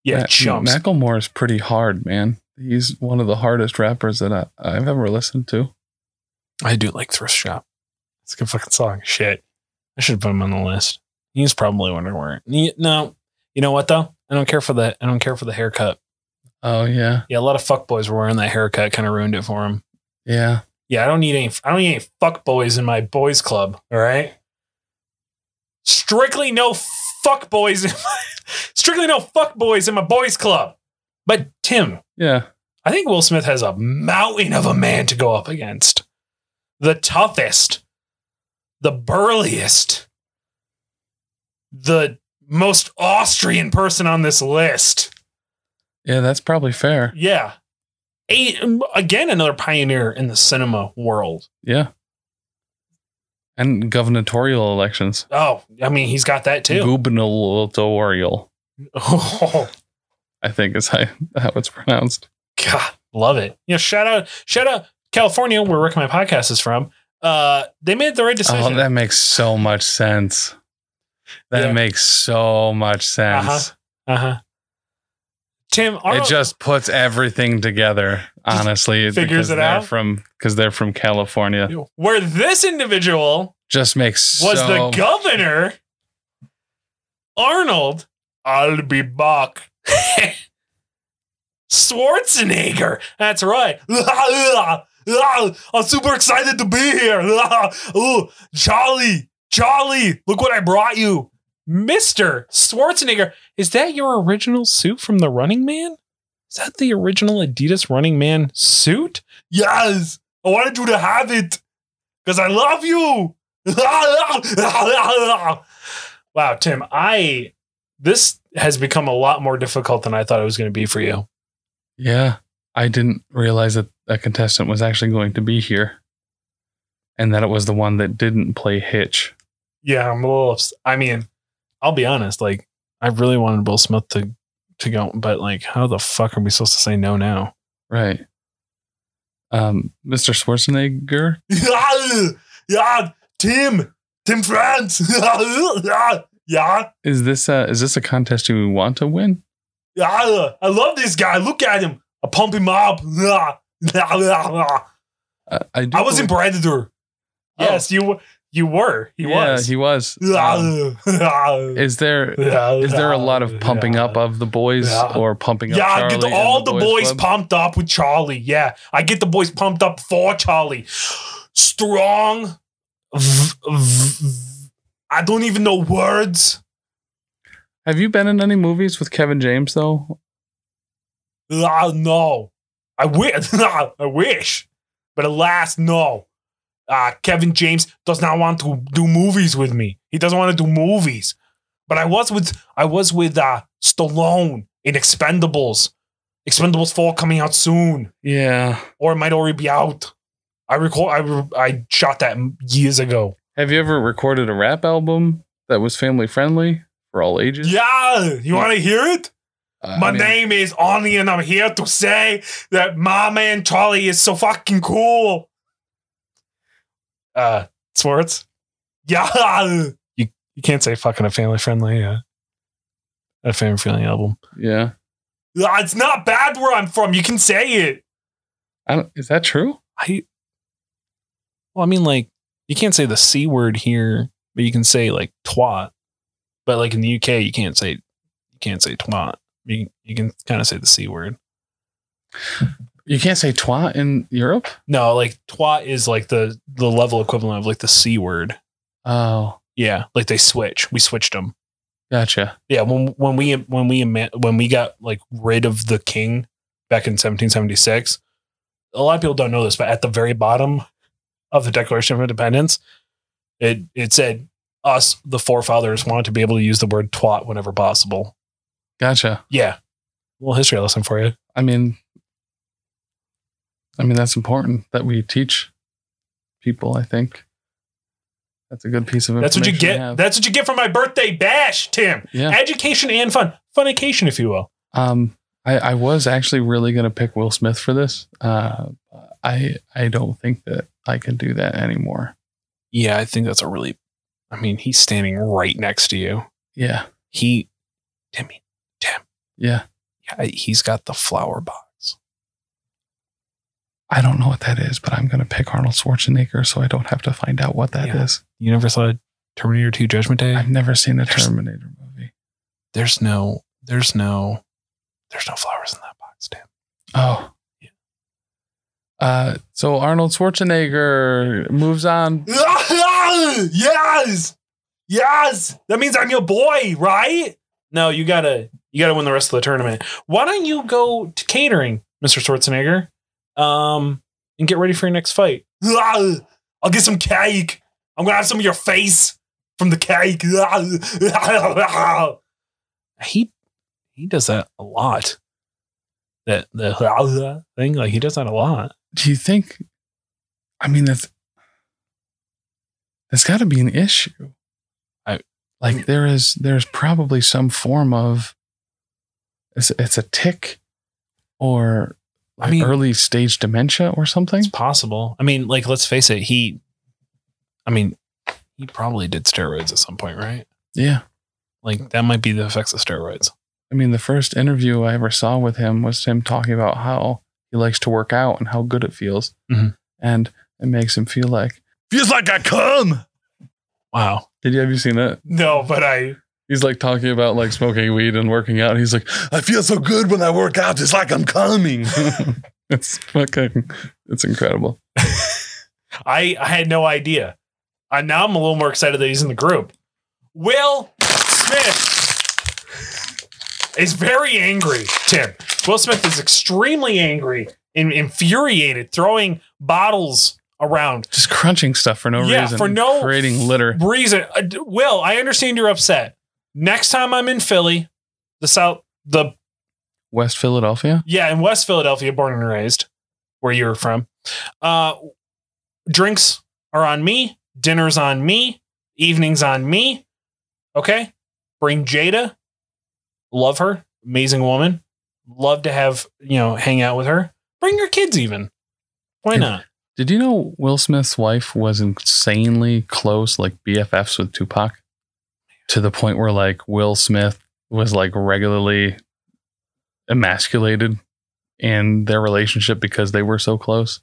S2: Yeah,
S1: Ma-
S2: jumps.
S1: Macklemore is pretty hard, man. He's one of the hardest rappers that I, I've ever listened to.
S2: I do like Thrift Shop. It's a good fucking song. Shit. I should put him on the list. He's probably wondering where. Ne- No. You know what though? I don't care for the I don't care for the haircut.
S1: Oh yeah,
S2: Yeah, a lot of fuckboys were wearing that haircut, kind of ruined it for him.
S1: yeah.
S2: Yeah, I don't need any I don't need any fuckboys in my boys club, all right? Strictly no fuckboys in my strictly no fuckboys in my boys club. But Tim,
S1: Yeah.
S2: I think Will Smith has a mountain of a man to go up against. The toughest, the burliest, the most Austrian person on this list.
S1: Yeah, that's probably fair.
S2: Yeah. A, again, another pioneer in the cinema world.
S1: Yeah. and gubernatorial elections.
S2: Oh, I mean, he's got that too.
S1: Gubernatorial,
S2: Oh,
S1: I think is how, how it's pronounced.
S2: God, love it. You know, shout out, shout out California, where Rick and my podcast is from. Uh, they made the right decision.
S1: Oh, that makes so much sense. That
S2: Yeah.
S1: makes so much sense.
S2: Uh-huh. uh huh. Tim, Arnold,
S1: It just puts everything together. Honestly,
S2: figures
S1: because
S2: it
S1: they're
S2: out?
S1: from because they're from California.
S2: where this individual
S1: Just makes
S2: was
S1: so
S2: the governor, Arnold, I'll be back. Schwarzenegger. That's right. I'm super excited to be here. Ooh, jolly, jolly. Look what I brought you. Mr. Schwarzenegger. Is that your original suit from The Running Man? Is that the original Adidas Running Man suit? Yes. I wanted you to have it because I love you. wow, Tim, I this has become a lot more difficult than I thought it was going to be for you.
S1: Yeah, I didn't realize that a contestant was actually going to be here, and that it was the one that didn't play Hitch.
S2: Yeah, I'm a little. ups- I mean, I'll be honest. Like, I really wanted Will Smith to to go, but like, how the fuck are we supposed to say no now?
S1: Right. Um, Mr. Schwarzenegger.
S2: Yeah, yeah, Tim, Tim France. yeah, yeah,
S1: Is this a is this a contest you want to win?
S2: yeah. I love this guy. Look at him. I pump him up.
S1: Uh, I do
S2: I was in
S1: believe-
S2: Predator.
S1: Oh.
S2: Yes, you you were. He
S1: yeah,
S2: was.
S1: he was. Um, is there Um, is there a lot of pumping up of the boys
S2: Yeah.
S1: or pumping up?
S2: Yeah, I get
S1: Charlie and
S2: all the boys,
S1: club?
S2: pumped up with Charlie. Yeah, I get the boys pumped up for Charlie. Strong. v- v- I don't even know words.
S1: Have you been in any movies with Kevin James though?
S2: Ah, no. I wish. I wish. But alas, no. Uh, Kevin James does not want to do movies with me. He doesn't want to do movies. But I was with I was with uh, Stallone in Expendables. Expendables 4 coming out soon,
S1: Yeah.
S2: or it might already be out. I record I re- I shot that years ago.
S1: Have you ever recorded a rap album that was family friendly for all ages? Uh,
S2: Yeah, you want to hear it?
S1: I
S2: My
S1: mean,
S2: name is Arnie, and I'm here to say that my man Charlie is so fucking cool. Uh, Swartz? Yeah. You, you can't say fucking a family friendly, uh, a family friendly album.
S1: Yeah.
S2: Ah, It's not bad where I'm from. You can say it.
S1: I don't, is that true?
S2: I, well, I mean, like, you can't say the C word here, but you can say like twat. But like in the UK, you can't say, you can't say twat. You, you can kind of say the C word.
S1: You can't say twat in Europe?
S2: No, like twat is like the the level equivalent of like the c word.
S1: Oh,
S2: Yeah, like they switch. We switched them.
S1: gotcha.
S2: Yeah, when when we when we ima- when we got like rid of the king back in 1776, a lot of people don't know this, but at the very bottom of the Declaration of Independence, it it said us the forefathers wanted to be able to use the word twat whenever possible.
S1: Gotcha.
S2: Yeah, little history lesson for you.
S1: I mean I mean that's important that we teach people, I think. That's a good piece of information.
S2: That's what you
S1: to
S2: get.
S1: have.
S2: That's what you get for my birthday bash, Tim.
S1: yeah.
S2: Education and fun, funication, if you will.
S1: Um I, I was actually really gonna pick Will Smith for this. Uh I I don't think that I can do that anymore.
S2: Yeah, I think that's a really. I mean, he's standing right next to you.
S1: Yeah.
S2: He, Timmy,
S1: Yeah.
S2: yeah, he's got the flower box.
S1: I don't know what that is, but I'm going to pick Arnold Schwarzenegger so I don't have to find out what that
S2: Yeah.
S1: is.
S2: You never saw Terminator Two Judgment Day?
S1: I've never seen a
S2: There's-
S1: Terminator movie.
S2: there's no, there's no, there's no flowers in that box, Tim.
S1: Oh. Uh, so Arnold Schwarzenegger moves on.
S2: yes, yes. That means I'm your boy, right? No, you gotta, you gotta win the rest of the tournament. Why don't you go to catering, Mister Schwarzenegger, um, and get ready for your next fight? I'll get some cake. I'm gonna have some of your face from the cake. He he does that a lot. That the thing, like he does that a lot.
S1: Do you think? I mean, that's It's got to be an issue. I like there is there's probably some form of it's, it's a tick or
S2: I
S1: like
S2: mean-
S1: early stage dementia or something.
S2: It's possible. I mean, like, let's face it. He, I mean, he probably did steroids at some point, right?
S1: Yeah.
S2: Like that might be the effects of steroids.
S1: I mean, the first interview I ever saw with him was him talking about how he likes to work out and how good it feels.
S2: Mhm.
S1: And it makes him feel like,
S6: Feels like I come.
S2: Wow.
S1: did you, have you seen that?
S2: No, but I.
S1: He's like talking about like smoking weed and working out. He's like,
S6: I feel so good when I work out. It's like I'm coming.
S1: it's fucking, it's incredible.
S2: I I had no idea. I now I'm a little more excited that he's in the group. Will Smith is very angry, Tim. Will Smith is extremely angry and infuriated, throwing bottles around.
S1: Just crunching stuff for no
S2: Yeah,
S1: reason.
S2: for no
S1: creating litter.
S2: Reason, uh, d- Will, I understand you're upset. Next time I'm in Philly, the South, the
S1: West Philadelphia.
S2: yeah, in West Philadelphia, born and raised, where you were from. Uh, drinks are on me, dinners on me, evenings on me. Okay, bring Jada. Love her, amazing woman. Love to have you know hang out with her. Bring your kids even. Why
S1: If-
S2: not?
S1: Did you know Will Smith's wife was insanely close, like BFFs with Tupac, to the point where like Will Smith was like regularly emasculated in their relationship because they were so close?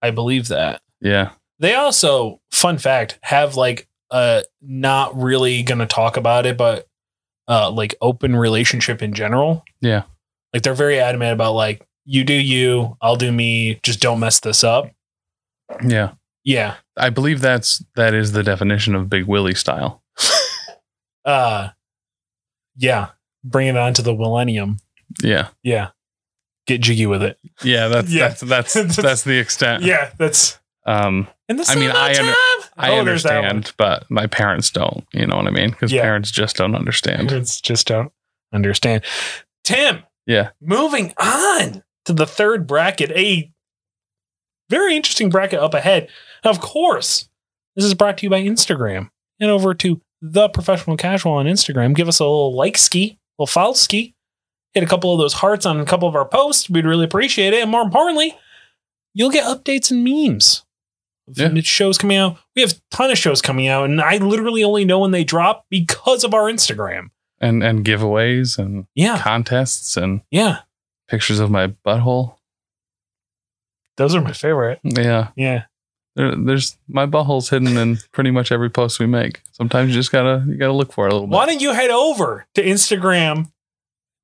S2: I believe that.
S1: Yeah.
S2: They also, fun fact, have like uh not really gonna talk about it, but uh like open relationship in general.
S1: Yeah.
S2: Like they're very adamant about like you do you, I'll do me, just don't mess this up.
S1: Yeah.
S2: Yeah.
S1: I believe that's that is the definition of Big Willie style.
S2: Uh yeah. Bring it on to the millennium.
S1: Yeah,
S2: Yeah. Get jiggy with it.
S1: yeah, that's
S2: Yeah.
S1: that's that's that's, the extent.
S2: Yeah, that's Oh,
S1: Um,
S2: and the
S1: I mean, I under- I understand, but my parents don't. You know what I mean? Because
S2: Yeah.
S1: parents just don't understand.
S2: It's just don't understand. Tim,
S1: Yeah,
S2: Moving on to the third bracket, a very interesting bracket up ahead. Of course, this is brought to you by Instagram. And over to the professional casual on Instagram. Give us a little like ski, a little follow ski. Hit a couple of those hearts on a couple of our posts. We'd really appreciate it. And more importantly, you'll get updates and memes.
S1: Yeah.
S2: The shows coming out. We have a ton of shows coming out, and I literally only know when they drop because of our Instagram.
S1: and and giveaways and
S2: Yeah,
S1: contests and
S2: yeah.
S1: pictures of my butthole.
S2: Those are my favorite.
S1: Yeah,
S2: Yeah.
S1: there, there's my butthole's hidden in pretty much every post we make. Sometimes you just gotta you gotta look for it a little bit.
S2: Why don't you head over to Instagram,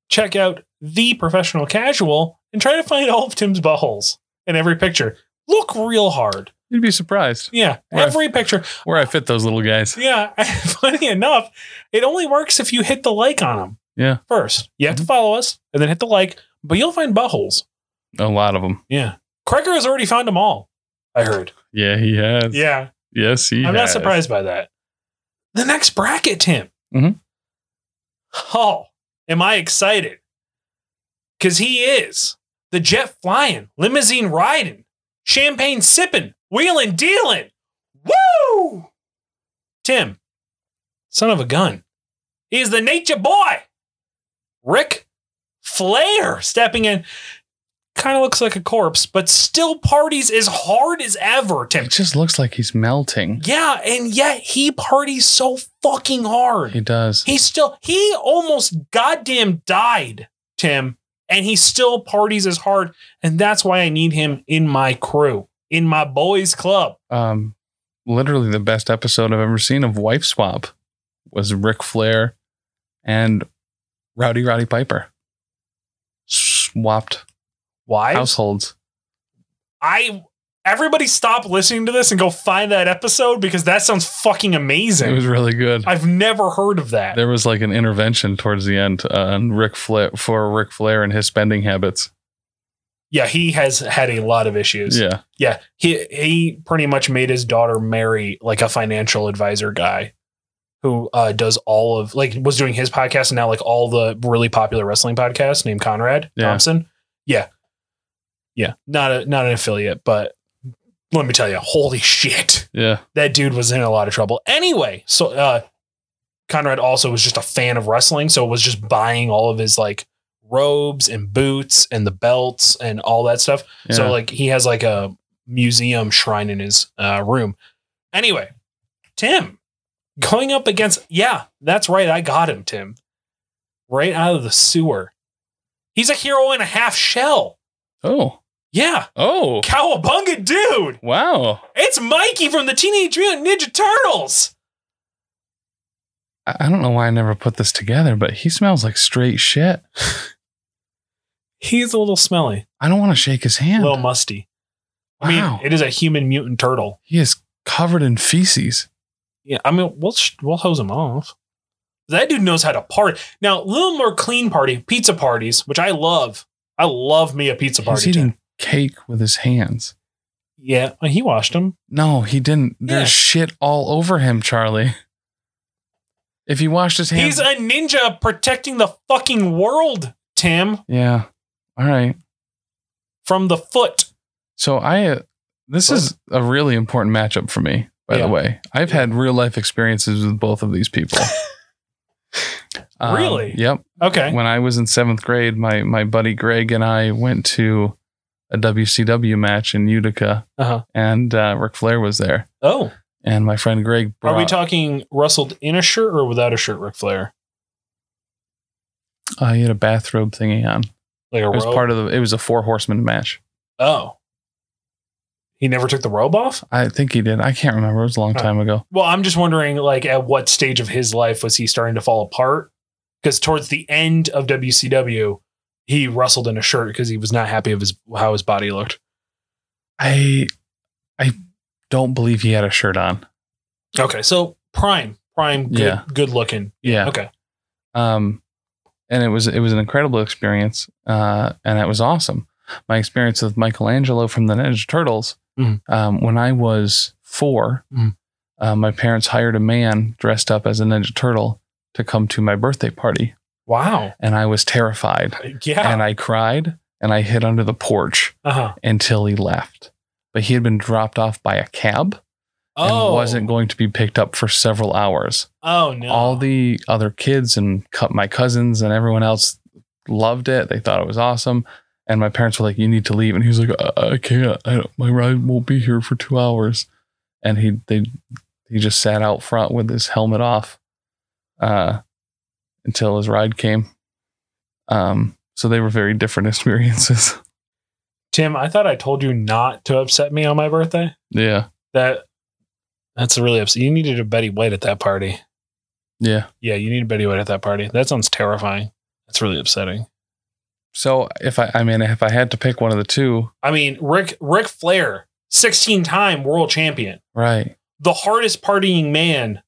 S2: check out the professional casual, and try to find all of Tim's buttholes in every picture. Look real hard.
S1: You'd be surprised
S2: Yeah,
S1: Right.
S2: every picture.
S1: where I fit those little guys.
S2: Yeah, funny enough, it only works if you hit the like on them.
S1: Yeah.
S2: First, you have to follow us and then hit the like, but you'll find buttholes.
S1: A lot of them.
S2: Yeah. Cracker has already found them all, I heard.
S1: Yeah, he has.
S2: Yeah.
S1: Yes, he.
S2: I'm not
S1: has.
S2: surprised by that. The next bracket, Tim.
S1: Mhm.
S2: Oh, am I excited? Because he is the jet flying, limousine riding, champagne sipping, wheeling dealing. Woo! Tim, son of a gun, is the nature boy. Rick Flair stepping in. Kind of looks like a corpse, but still parties as hard as ever, Tim.
S1: It just looks like he's melting.
S2: Yeah, and yet he parties so fucking hard.
S1: He does.
S2: He still he almost goddamn died, Tim, and he still parties as hard, and that's why I need him in my crew, in my boys club.
S1: Um, literally the best episode I've ever seen of Wife Swap was Ric Flair and Rowdy Roddy Piper swapped
S2: Why?
S1: households.
S2: I everybody stop listening to this and go find that episode because that sounds fucking
S1: It
S2: amazing.
S1: was really good.
S2: I've never heard of that.
S1: There was like an intervention towards the end uh, on Ric Flair for Ric Flair and his spending habits.
S2: yeah, he has had a lot of issues.
S1: Yeah,
S2: Yeah, he he pretty much made his daughter marry like a financial advisor guy who uh, does all of like was doing his podcast and now like all the really popular wrestling podcasts named Conrad
S1: Yeah.
S2: Thompson. Yeah, yeah, not a not an affiliate, but let me tell you, holy shit
S1: Yeah.
S2: that dude was in a lot of trouble. Anyway, so uh Conrad also was just a fan of wrestling, so was just buying all of his like robes and boots and the belts and all that stuff.
S1: yeah.
S2: So like he has like a museum shrine in his uh room. Anyway, Tim going up against yeah, that's right, I got him, Tim. Right out of the sewer. He's a hero in a half shell.
S1: oh.
S2: Yeah.
S1: Oh.
S2: Cowabunga dude.
S1: Wow.
S2: It's Mikey from the Teenage Mutant Ninja Turtles.
S1: I, I don't know why I never put this together, but he smells like straight shit.
S2: He's a little smelly,
S1: I don't want to shake his
S2: a
S1: hand.
S2: little musty. I mean,
S1: Wow.
S2: it is a human mutant turtle.
S1: he is covered in feces.
S2: Yeah, I mean, we'll sh- we'll hose him off. That dude knows how to party. Now, a little more clean party, pizza parties, which I love. I love me a pizza
S1: He's
S2: party.
S1: eating
S2: Tim.
S1: cake with his hands.
S2: Yeah, uh, he washed him.
S1: No, he didn't. There's
S2: Yeah.
S1: shit all over him, Charlie. If he washed his hands,
S2: He's a ninja protecting the fucking world, Tim,
S1: yeah. All right.
S2: from the foot.
S1: So I, uh, this is a really important matchup for me. By
S2: Yeah.
S1: the way, I've had real life experiences with both of these people. Um,
S2: Really?
S1: Yep.
S2: Okay.
S1: When I was in seventh grade, my my buddy Greg and I went to a WCW match in Utica,
S2: Uh-huh.
S1: and uh, Ric Flair was there.
S2: Oh,
S1: And my friend Greg brought.
S2: are we talking rustled in a shirt or without a shirt, Ric Flair?
S1: Uh, he had a bathrobe thingy on.
S2: Like a
S1: It was
S2: robe?
S1: part of the. It was a four horseman match.
S2: Oh. He never took the robe off?
S1: I think he did. I can't remember. It was a long
S2: Huh.
S1: time ago.
S2: Well, I'm just wondering like at what stage of his life was he starting to fall apart? Because towards the end of WCW, he wrestled in a shirt because he was not happy of his how his body looked.
S1: I I don't believe he had a shirt on.
S2: Okay, so prime, prime, good,
S1: Yeah.
S2: good looking.
S1: Yeah.
S2: Okay.
S1: Um, and it was it was an incredible experience, uh, and it was awesome. My experience with Michelangelo from the Ninja Turtles.
S2: Mhm.
S1: Um, when I was 4
S2: Mhm.
S1: uh, my parents hired a man dressed up as a Ninja Turtle to come to my birthday party,
S2: Wow.
S1: and I was terrified,
S2: Yeah.
S1: and I cried, and I hid under the porch
S2: Uh huh.
S1: until he left. But he had been dropped off by a cab
S2: Oh.
S1: and wasn't going to be picked up for several hours.
S2: oh no.
S1: All the other kids and cu- my cousins and everyone else loved it. They thought it was awesome. And my parents were like, "You need to leave," and he was like, "I, I can't. I don't, my ride won't be here for two hours." And he they he just sat out front with his helmet off uh, until his ride came. Um, so they were very different experiences.
S2: Tim, I thought I told you not to upset me on my birthday.
S1: yeah,
S2: That that's really upset. You needed a Betty White at that party.
S1: yeah.
S2: Yeah, you need Betty White at that party. That sounds terrifying. That's really upsetting.
S1: So if I, I mean, if I had to pick one of the two,
S2: I mean, Rick Rick Flair, 16 time world champion,
S1: right?
S2: the hardest partying man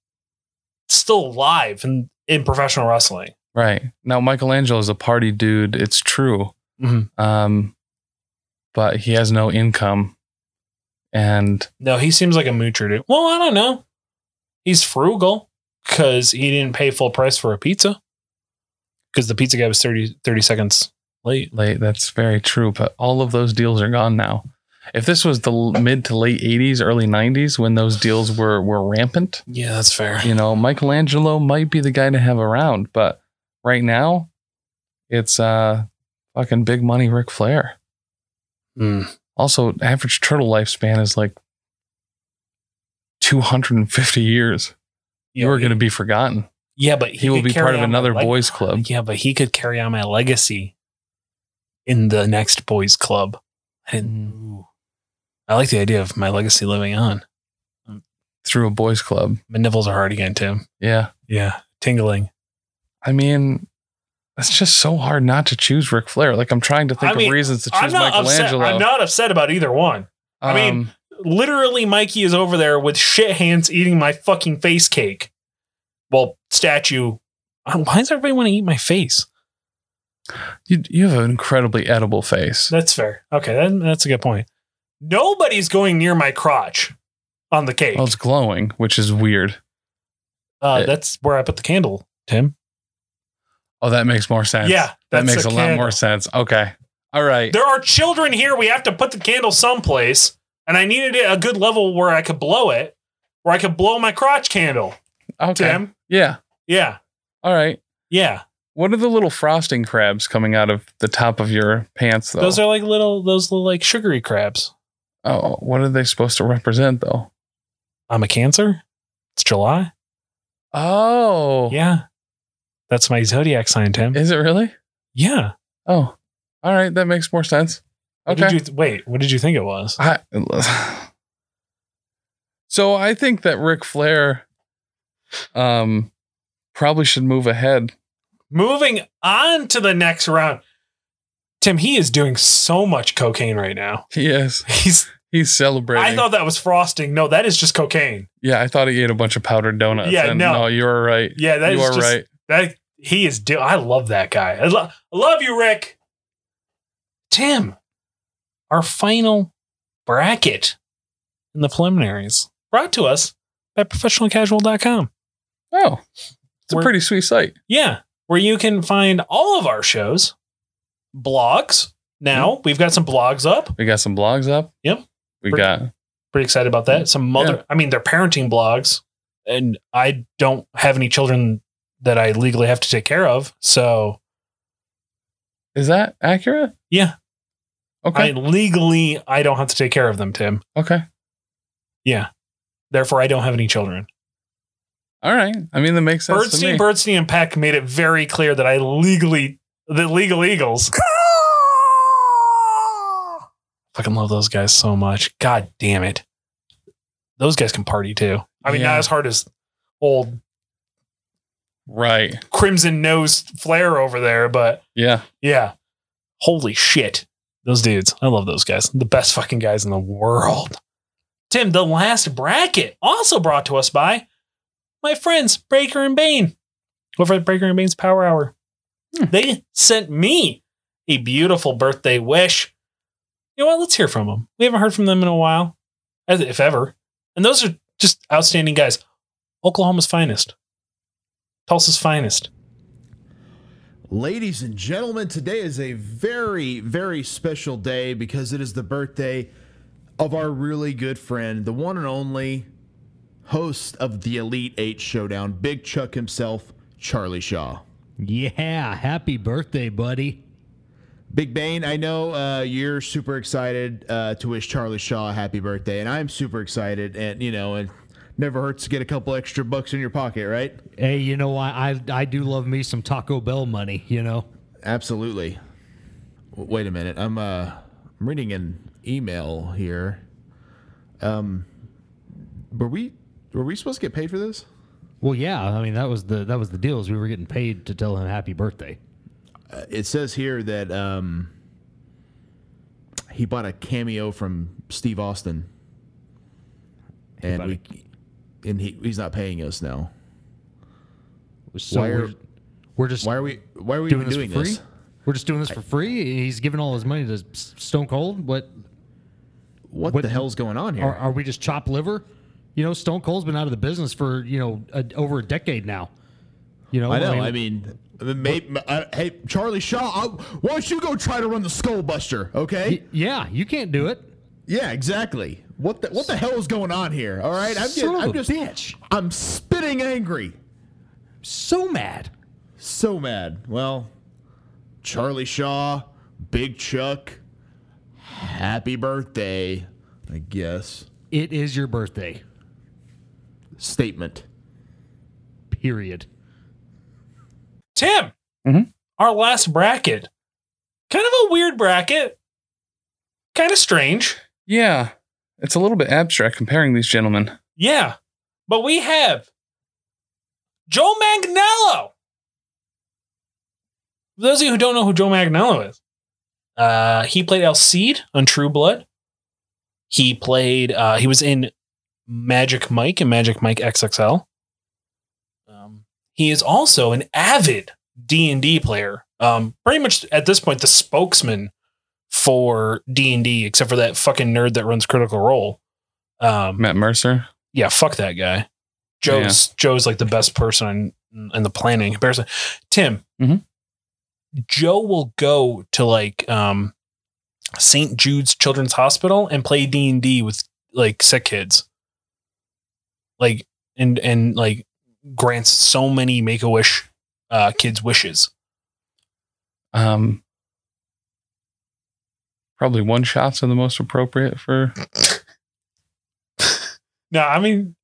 S2: still alive in, in professional wrestling.
S1: Right. Now Michelangelo is a party dude. It's true.
S2: Mhm.
S1: Um, but he has no income, and
S2: No, he seems like a moocher dude. Well, I don't know. He's frugal because he didn't pay full price for a pizza because the pizza guy was 30, 30 seconds late.
S1: late. That's very true. But all of those deals are gone now. If this was the l- mid to late '80s, early '90s, when those deals were were rampant,
S2: Yeah, that's fair.
S1: you know, Michelangelo might be the guy to have around. But right now, it's uh, fucking big money, Ric Flair.
S2: Hmm.
S1: Also, average turtle lifespan is like 250 years.
S2: Yeah,
S1: you are going to be forgotten.
S2: Yeah, but he,
S1: He will
S2: could
S1: be
S2: carry
S1: part of
S2: on my
S1: another
S2: leg-
S1: boys' club.
S2: Yeah, but he could carry on my legacy in the next boys' club. I didn't. ooh. I like the idea of my legacy living on.
S1: Through a boys' club.
S2: My nipples are hard again, Tim.
S1: Yeah.
S2: Yeah, tingling.
S1: I mean, it's just so hard not to choose Ric Flair. Like, I'm trying to think
S2: I mean,
S1: of reasons to
S2: I'm
S1: choose
S2: not upset.
S1: Michelangelo.
S2: I'm not upset about either one. I mean-
S1: Um,
S2: Literally, Mikey is over there with shit hands eating my fucking face cake. Well, statue. Uh, Why does everybody want to eat my face?
S1: you, you have an incredibly edible face.
S2: That's fair. Okay, that, that's a good point. Nobody's going near my crotch on the cake.
S1: Well, Oh, it's glowing, which is weird.
S2: Uh,
S1: Uh,
S2: that's where I put the candle, Tim.
S1: Oh, that makes more sense.
S2: Yeah,
S1: That
S2: that's
S1: makes a
S2: the
S1: lot
S2: candle.
S1: more sense. Okay. All right.
S2: There are children here. We have to put the candle someplace. and I needed it a good level where I could blow it, where I could blow my crotch candle.
S1: Okay.
S2: Tim.
S1: Yeah.
S2: Yeah.
S1: All right.
S2: Yeah.
S1: What are the little frosting crabs coming out of the top of your pants, though?
S2: Those are like little, those little like sugary crabs.
S1: oh, what are they supposed to represent, though?
S2: I'm a Cancer. It's July.
S1: Oh,
S2: Yeah. That's my zodiac sign, Tim.
S1: Is it really?
S2: Yeah.
S1: Oh, all right. That makes more sense.
S2: What
S1: Okay.
S2: Did you th- wait, what did you think it was?
S1: I, so I think that Ric Flair, um, probably should move ahead.
S2: Moving on to the next round. Tim, he is doing so much cocaine right now.
S1: Yes,
S2: He's.
S1: he's celebrating.
S2: I thought that was frosting. No, that is just cocaine.
S1: yeah, I thought he ate a bunch of powdered donuts.
S2: Yeah,
S1: and
S2: no.
S1: you are right.
S2: Yeah, that is
S1: you are
S2: just
S1: right.
S2: that. He is. Do- I love that guy. I, lo- I love you, Rick. Tim, our final bracket in the preliminaries brought to us by professionalcasual.com.
S1: Oh, it's a
S2: We're-
S1: pretty sweet sight.
S2: Yeah, where you can find all of our shows, blogs. Now we've got some blogs up.
S1: We got some blogs up.
S2: Yep.
S1: We
S2: Pretty-
S1: got
S2: Pretty excited about that. Some mother, I mean, they're parenting blogs, and I don't have any children that I legally have to take care of. So
S1: Is that accurate?
S2: Yeah. I
S1: Okay.
S2: legally I don't have to take care of them, Tim.
S1: okay.
S2: Therefore, I don't have any children.
S1: All right. I mean, that makes sense to me.
S2: Birdstein, Birdstein, and Peck made it very clear that I legally the legal eagles. Fucking love those guys so much. God damn it. Those guys can party too. I mean,
S1: Yeah.
S2: not as hard as old
S1: right.
S2: crimson nosed flare over there, but
S1: Yeah.
S2: yeah. Holy shit. Those dudes. I love those guys. The best fucking guys in the world. Tim, the last bracket also brought to us by my friends, Breaker and Bane. Over at Breaker and Bane's Power Hour. They sent me a beautiful birthday wish. You know what? Let's hear from them. We haven't heard from them in a while, as- if ever. And those are just outstanding guys. Oklahoma's finest, Tulsa's finest.
S7: Ladies and gentlemen, today is a very, very special day because it is the birthday of our really good friend, the one and only host of the Elite Eight Showdown, Big Chuck himself, Charlie Shaw.
S8: Yeah, happy birthday, buddy.
S7: Big Bane, I know uh, you're super excited uh, to wish Charlie Shaw a happy birthday, and I'm super excited. And you know, it never hurts to get a couple extra bucks in your pocket, right?
S8: Hey, you know I I, I do love me some Taco Bell money, you know.
S7: Absolutely. W- Wait a minute. I'm uh I'm reading an email here. Um were we were we supposed to get paid for this?
S8: Well, yeah, I mean that was the that was the deal is we were getting paid to tell him happy birthday.
S7: Uh, It says here that um he bought a cameo from Steve Austin. And
S8: bought
S7: we and he, he's not paying us now.
S8: So
S7: Why are-
S8: we're, we're just
S7: Why are we why are we
S8: doing
S7: even
S8: this
S7: doing
S8: for free.
S7: this?
S8: We're just doing this for free. He's giving all his money to S- Stone Cold. What
S7: What,
S8: What-
S7: the hell's going on here?
S8: are, are we just chopped liver? You know, Stone Cold's been out of the business for you know a, over a decade now. You know,
S7: I know. I mean, maybe, uh, hey, Charlie Shaw, I, why don't you go try to run the Skull Buster? Okay.
S8: y- yeah, you can't do it.
S7: yeah, exactly. What the what the hell is going on here? All right, I'm just,
S8: Son of
S7: I'm
S8: a
S7: just
S8: bitch.
S7: I'm spitting angry.
S8: So mad.
S7: So mad. Well, Charlie Shaw, Big Chuck, happy birthday, I guess.
S8: It is your birthday.
S7: Statement.
S8: Period.
S2: Tim,
S1: Mhm.
S2: our last bracket, kind of a weird bracket, kind of strange.
S1: Yeah. It's a little bit abstract comparing these gentlemen.
S2: Yeah, but we have Joe Manganiello. For those of you who don't know who Joe Manganiello is, uh, he played El Cid on True Blood. He played. Uh, he was in Magic Mike and Magic Mike XXL. Um, he is also an avid D and D player. Um, pretty much at this point, the spokesman for D and D, except for that fucking nerd that runs Critical Role. Um,
S1: Matt Mercer.
S2: yeah, fuck that guy. Joe's Joe's like the best person in, in the planning in comparison. Tim,
S1: Mhm.
S2: Joe will go to like um St. Jude's Children's Hospital and play D and D with like sick kids, like and and like grants so many Make a Wish uh, kids wishes.
S1: Um, probably one shots are the most appropriate for.
S2: No, I mean,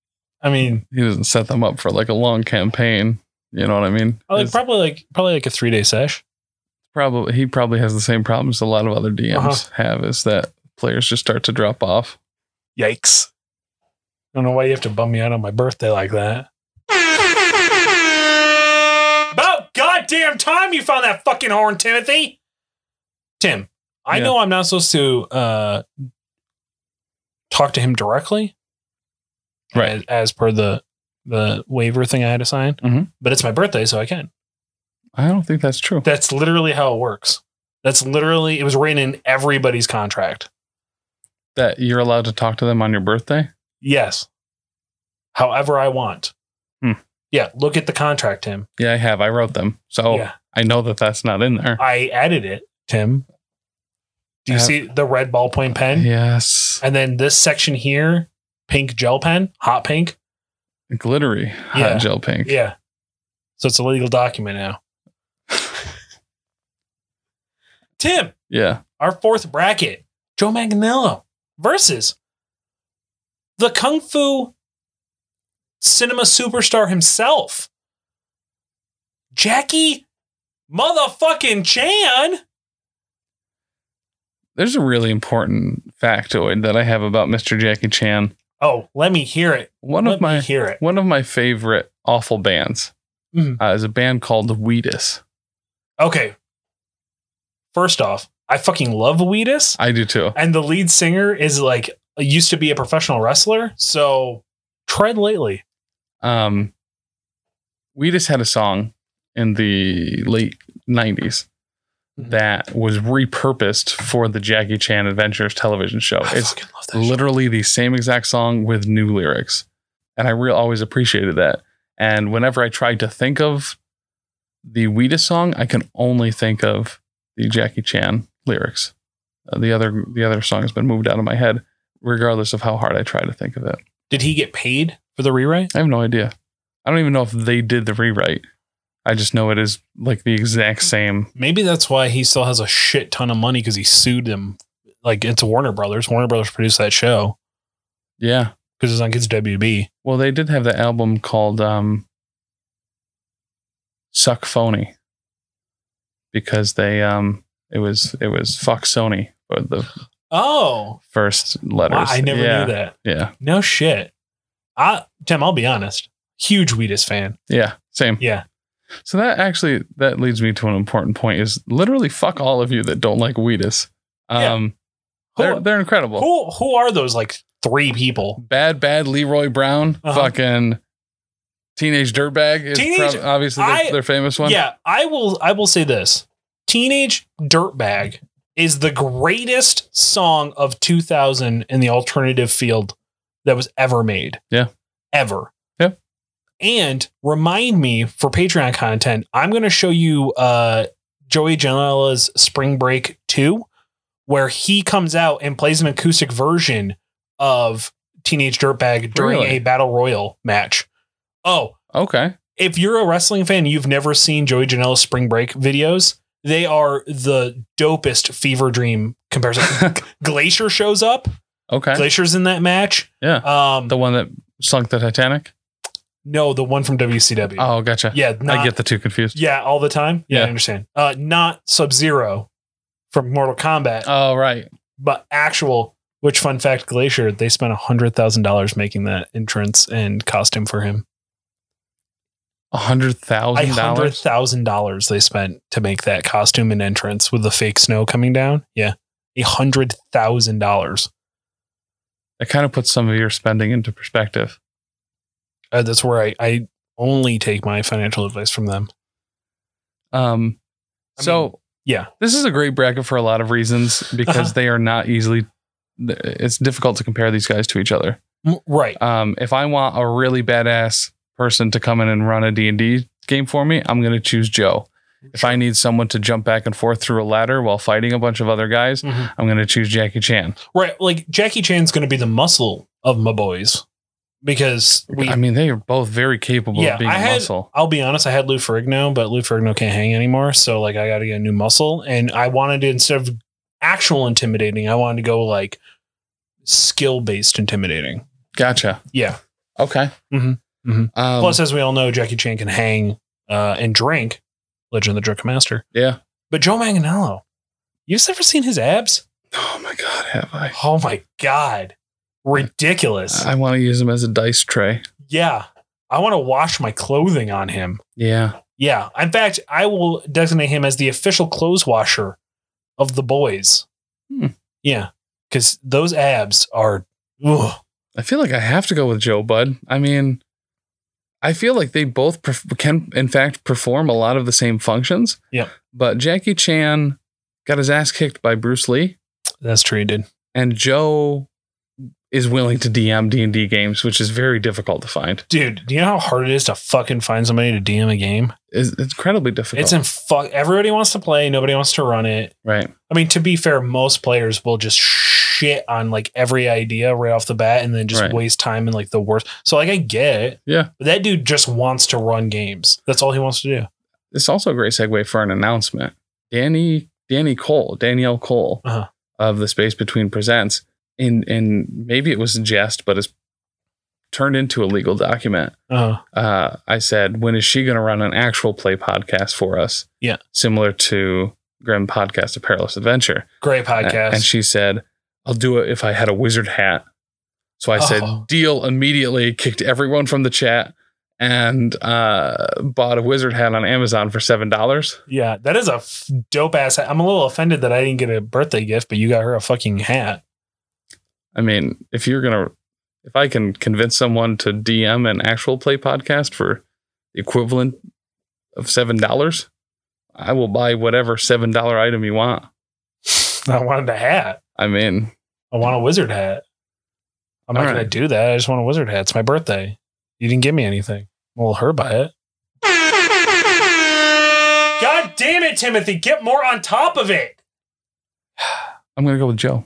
S2: I mean,
S1: He doesn't set them up for like a long campaign. You know what I mean?
S2: I like
S1: It's
S2: probably like probably like a three day sesh.
S1: probably he probably has the same problems a lot of other DMs
S2: Uh-huh.
S1: have is that players just start to drop off.
S2: Yikes! I don't know why you have to bum me out on my birthday like that. About Oh, goddamn time you found that fucking horn, Timothy. Tim, I
S1: Yeah.
S2: know I'm not supposed to uh, talk to him directly,
S1: Right.
S2: As, as per the the waiver thing I had to sign,
S1: Mhm.
S2: but it's my birthday, so I can.
S1: I don't think that's true.
S2: That's literally how it works. That's literally it was written in everybody's contract.
S1: That you're allowed to talk to them on your birthday.
S2: Yes. However I want.
S1: Hmm.
S2: Yeah, look at the contract, Tim.
S1: Yeah, I have. I wrote them, so
S2: Yeah.
S1: I know that that's not in there.
S2: I added it, Tim. Do you
S1: Uh,
S2: see the red ballpoint pen?
S1: yes,
S2: And then this section here, pink gel pen, hot pink.
S1: glittery
S2: Yeah.
S1: hot gel pink.
S2: Yeah. So it's a legal document now. Tim,
S1: Yeah.
S2: our fourth bracket, Joe Manganello versus the Kung Fu cinema superstar himself, Jackie motherfucking Chan.
S1: There's a really important factoid that I have about Mr. Jackie Chan.
S2: Oh, let me hear it.
S1: One
S2: let
S1: of my
S2: me hear it.
S1: one of my favorite awful bands
S2: Mhm.
S1: uh, is a band called the Wheatus.
S2: Okay. First off, I fucking love Weedus,
S1: I do too.
S2: and the lead singer is like used to be a professional wrestler, so tread lightly.
S1: Um, Wheatus had a song in the late '90s
S2: Mhm.
S1: that was repurposed for the Jackie Chan Adventures television show.
S2: I
S1: It's
S2: fucking love that. shit.
S1: literally the same exact song with new lyrics. And I real always appreciated that. And whenever I tried to think of the Weeda song, I can only think of the Jackie Chan lyrics. Uh, the other the other song has been moved out of my head, regardless of how hard I try to think of it.
S2: Did he get paid for the rewrite?
S1: I have no idea. I don't even know if they did the rewrite. I just know it is like the exact same.
S2: Maybe that's why he still has a shit ton of money because he sued them. Like it's Warner Brothers. Warner Brothers produced that show
S1: Yeah.
S2: because it's on Kids WB.
S1: Well, they did have the album called um, "Suck Phony" because they um, it was it was "Fuck Sony" for the
S2: Oh,
S1: first
S2: wow,
S1: letters.
S2: I never
S1: yeah,
S2: knew that.
S1: Yeah,
S2: No shit. I Tim, I'll be honest. Huge Weedus fan.
S1: yeah, same.
S2: Yeah.
S1: So that actually that leads me to an important point: is literally fuck all of you that don't like Wheatus.
S2: Yeah.
S1: Um,
S2: Who-
S1: they're they're incredible.
S2: Who who are those like three people?
S1: Bad, bad Leroy Brown,
S2: Uh-huh.
S1: fucking teenage dirtbag is
S2: Teenage-
S1: prob- obviously their,
S2: I-
S1: their famous one.
S2: Yeah, I will I will say this. Teenage Dirtbag is the greatest song of 2000 in the alternative field that was ever made.
S1: Yeah.
S2: Ever.
S1: Yeah.
S2: And remind me for Patreon content, I'm going to show you uh Joey Janela's Spring Break 2 where he comes out and plays an acoustic version of Teenage Dirtbag during
S1: Really?
S2: a battle royal match. Oh,
S1: Okay.
S2: if you're a wrestling fan, you've never seen Joey Janela's Spring Break videos. They are the dopest fever dream comparison. Glacier shows up.
S1: okay.
S2: Glacier's in that match.
S1: Yeah.
S2: Um,
S1: The one that sunk the Titanic.
S2: no, the one from WCW.
S1: Oh, gotcha.
S2: yeah, not,
S1: I get the two confused.
S2: yeah, all the time. Yeah,
S1: Yeah.
S2: I understand. Uh, not Sub Zero from Mortal Kombat,
S1: Oh, right.
S2: but actual. Which fun fact, Glacier? They spent hundred thousand dollars making that entrance and costume for him.
S1: A hundred
S2: A
S1: thousand
S2: hundred
S1: dollars.
S2: thousand dollars they spent to make that costume and entrance with the fake snow coming down. Yeah, a hundred thousand dollars.
S1: That kind of puts some of your spending into perspective.
S2: Uh, that's where I, I only take my financial advice from them.
S1: Um,
S2: I
S1: so
S2: mean, yeah.
S1: this is a great bracket for a lot of reasons because
S2: Uh-huh.
S1: they are not easily. It's difficult to compare these guys to each other.
S2: M- Right.
S1: um, if I want a really badass person to come in and run a D&D game for me, I'm going to choose Joe. If I need someone to jump back and forth through a ladder while fighting a bunch of other guys,
S2: Mhm.
S1: I'm going to choose Jackie Chan.
S2: Right. Like Jackie Chan's going to be the muscle of my boys because we.
S1: I mean, they are both very capable
S2: yeah,
S1: of being
S2: I
S1: a
S2: had.
S1: muscle.
S2: I'll be honest. I had Lou Ferrigno, but Lou Ferrigno can't hang anymore. So like, I got to get a new muscle, and I wanted to instead of actual intimidating, I wanted to go like skill based intimidating.
S1: Gotcha.
S2: Yeah.
S1: Okay.
S2: Mhm. Mhm.
S1: Um,
S2: Plus, as we all know, Jackie Chan can hang uh, and drink. Legend of the Drunk Master.
S1: yeah.
S2: But Joe Manganello, you've ever seen his abs?
S1: Oh my God, have I?
S2: Oh my god, ridiculous!
S1: I want to use him as a dice tray.
S2: yeah, I want to wash my clothing on him.
S1: Yeah.
S2: Yeah, in fact, I will designate him as the official clothes washer of the boys.
S1: Hmm.
S2: Yeah, because those abs are. Ugh.
S1: I feel like I have to go with Joe Bud. I mean, I feel like they both perf- can, in fact, perform a lot of the same functions.
S2: Yep.
S1: But Jackie Chan got his ass kicked by Bruce Lee.
S2: That's true, dude.
S1: and Joe is willing to DM D and D games, which is very difficult to find.
S2: Dude, do you know how hard it is to fucking find somebody to DM a game?
S1: It's, it's incredibly difficult.
S2: It's in fuck. Everybody wants to play. Nobody wants to run it.
S1: right.
S2: I mean, to be fair, most players will just shit on like every idea right off the bat and then just
S1: Right.
S2: waste time in like the worst. So like I get it.
S1: Yeah.
S2: But that dude just wants to run games. That's all he wants to do.
S1: It's also a great segue for an announcement. Danny Danny Cole, Danielle Cole
S2: Uh-huh.
S1: of the Space Between Presents, and and maybe it was a jest, but it's turned into a legal document.
S2: Uh
S1: Uh, I said, when is she going to run an actual play podcast for us?
S2: Yeah.
S1: Similar to Grim Podcast of Perilous Adventure.
S2: great
S1: A-
S2: podcast.
S1: And she said, I'll do it if I had a wizard hat. So I said,
S2: Oh.
S1: deal immediately, kicked everyone from the chat and uh, bought a wizard hat on Amazon for $7.
S2: yeah, that is a f- dope ass. I'm a little offended that I didn't get a birthday gift, but you got her a fucking hat.
S1: I mean, if you're going to, if I can convince someone to DM an actual play podcast for the equivalent of $7, I will buy whatever $7 item you want.
S2: I wanted a hat.
S1: I mean,
S2: I want a wizard hat. I'm not
S1: All
S2: gonna
S1: right.
S2: do that. I just want a wizard hat. It's my birthday. You didn't give me anything. Well, her by it. God damn it, Timothy. Get more on top of it.
S1: I'm going to go with Joe.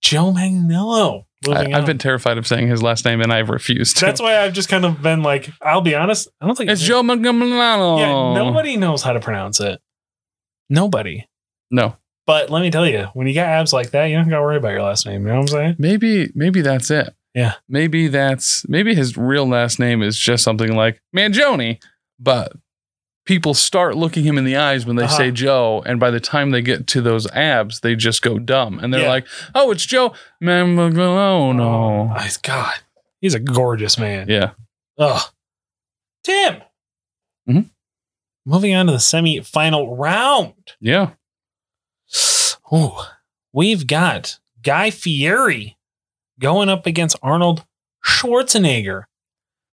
S2: Joe Manganiello.
S1: I,
S2: Moving
S1: I've
S2: on.
S1: been terrified of saying his last name and I've refused to.
S2: That's why I've just kind of been like, I'll be honest. I don't think
S1: it's Joe Manganiello.
S2: Yeah, nobody knows how to pronounce it. Nobody.
S1: No.
S2: But let me tell you, when you got abs like that, you don't got to worry about your last name. You know what I'm saying?
S1: Maybe maybe that's it.
S2: Yeah.
S1: Maybe that's maybe his real last name is just something like Manjoni, but people start looking him in the eyes when they
S2: Uh-huh.
S1: say Joe, and by the time they get to those abs, they just go dumb and they're
S2: Yeah.
S1: like, "Oh, it's Joe Manganiello."
S2: I- God, he's a gorgeous man.
S1: Yeah.
S2: Ugh. Tim.
S1: Mhm.
S2: Moving on to the semi-final round.
S1: Yeah.
S2: Oh, we've got Guy Fieri going up against Arnold Schwarzenegger.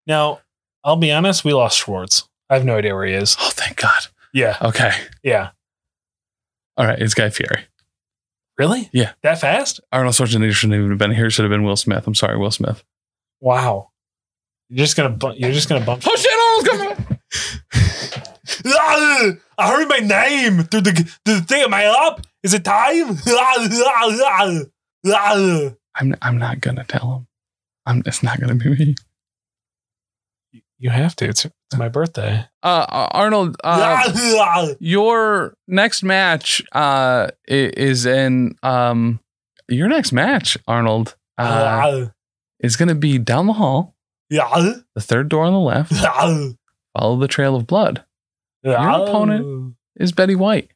S2: Now, I'll be honest, we lost Schwartz. I have no idea where he is.
S1: Oh, thank God.
S2: Yeah,
S1: Okay.
S2: yeah.
S1: All right. It's Guy Fieri.
S2: Really?
S1: Yeah.
S2: That fast?
S1: Arnold Schwarzenegger shouldn't even have been here. It Should have been Will Smith. I'm sorry, Will Smith.
S2: Wow. You're just gonna bu- you're just gonna bump.
S1: Oh shit! Arnold's coming.
S2: Ah, I heard my name through the through the thing. Am I up? Is it time? Ah, ah, ah, ah.
S1: I'm I'm not gonna tell him. I'm. It's not gonna be me.
S2: You have to. It's, it's my birthday.
S1: Uh, Arnold. Uh,
S2: Ah, ah.
S1: your next match uh i- is in um your next match arnold uh,
S2: Ah,
S1: is going to be down the hall
S2: yeah.
S1: the third door on the left
S2: Ah.
S1: follow the trail of blood
S2: Ah.
S1: opponent is betty white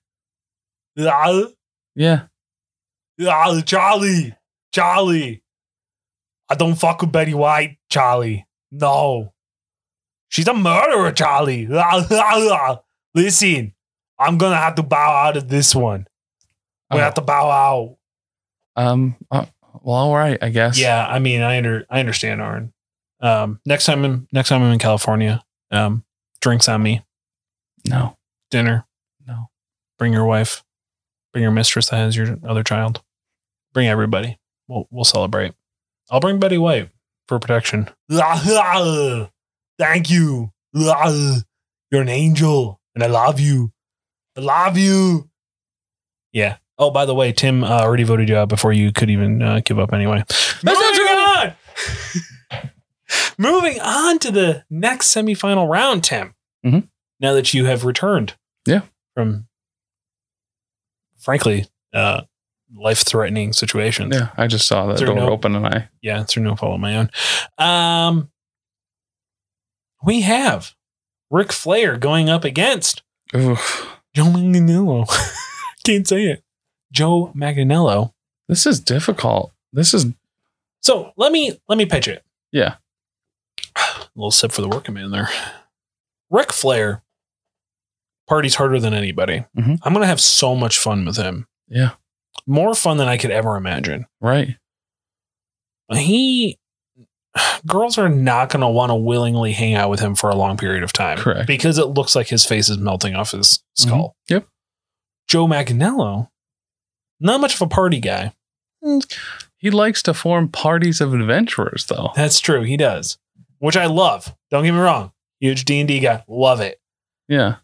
S2: Ah.
S1: yeah
S2: Ah, Charlie, Charlie. I don't fuck with Betty White, Charlie. No. She's a murderer, Charlie. Ah, ah, ah. Listen, I'm going to have to bow out of this one. We
S1: Oh.
S2: have to bow out.
S1: um uh, well all right i guess
S2: Yeah, I mean, I under I understand, Arn. Um, next time I'm next time I'm in California, um, drinks on me,
S1: no
S2: dinner.
S1: No.
S2: Bring your wife. Bring your mistress that has your other child. Bring everybody. We'll we'll celebrate. I'll bring Betty White for protection. Thank you. You're an angel and I love you. I love you. Yeah. Oh, by the way, Tim uh, already voted you out before you could even uh, give up anyway. Moving on. Moving on to the next semifinal round, Tim.
S1: Mhm.
S2: Now that you have returned.
S1: Yeah.
S2: From, frankly, uh, life threatening situations.
S1: Yeah, I just saw that
S2: Is there
S1: door
S2: no-
S1: open and I
S2: Yeah, through no fault of my own. Um, we have Ric Flair going up against
S1: Oof.
S2: Joe Manganiello. Can't say it. Joe Manganiello.
S1: this is difficult. This is
S2: So let me let me pitch it.
S1: Yeah.
S2: A little sip for the working man there. Ric Flair parties harder than anybody.
S1: Mhm.
S2: I'm gonna have so much fun with him.
S1: Yeah.
S2: More fun than I could ever imagine.
S1: right.
S2: he girls are not going to want to willingly hang out with him for a long period of time
S1: Correct. Mm-hmm.
S2: because it looks like his face is melting off his skull
S1: Yep.
S2: joe macanello not much of a party guy
S1: He likes to form parties of adventurers though.
S2: that's true he does which i love don't get me wrong huge d&d guy love it
S1: Yeah.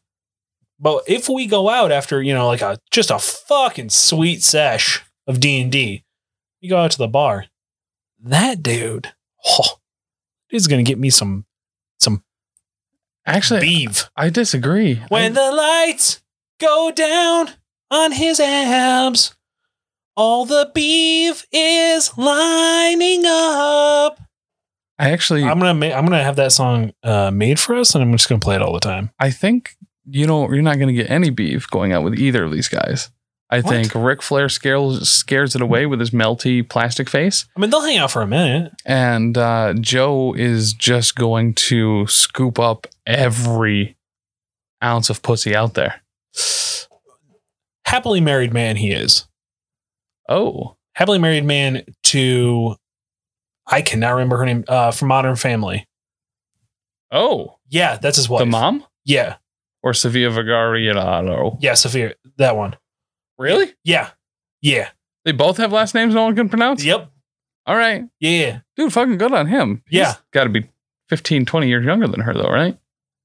S2: but if we go out after you know like a just a fucking sweet sesh of d&d you go out to the bar that dude oh, is going to get me some
S1: Actually,
S2: beef
S1: I disagree.
S2: When the lights go down on his abs, all the beef is lining
S1: I,
S2: up.
S1: I actually
S2: I'm gonna ma- I'm gonna have that song uh, made for us, and I'm just gonna play it all the time.
S1: I think you know you're not going to get any beef going out with either of these guys. I
S2: What?
S1: think Ric Flair scares scares it away with his melty plastic face,
S2: I mean, they'll hang out for a minute.
S1: and uh, Joe is just going to scoop up every ounce of pussy out there.
S2: Happily married man, he is.
S1: Oh,
S2: Happily married man to I cannot remember her name uh, from Modern Family.
S1: oh,
S2: Yeah, that's his wife.
S1: the mom
S2: Yeah,
S1: or Sevilla Vergara?
S2: yeah, Sophia, that one.
S1: Really?
S2: Yeah, yeah,
S1: They both have last names no one can pronounce.
S2: yep,
S1: All right,
S2: yeah.
S1: dude, fucking good on him.
S2: Yeah.
S1: got to be 15, 20 years younger than her though, right?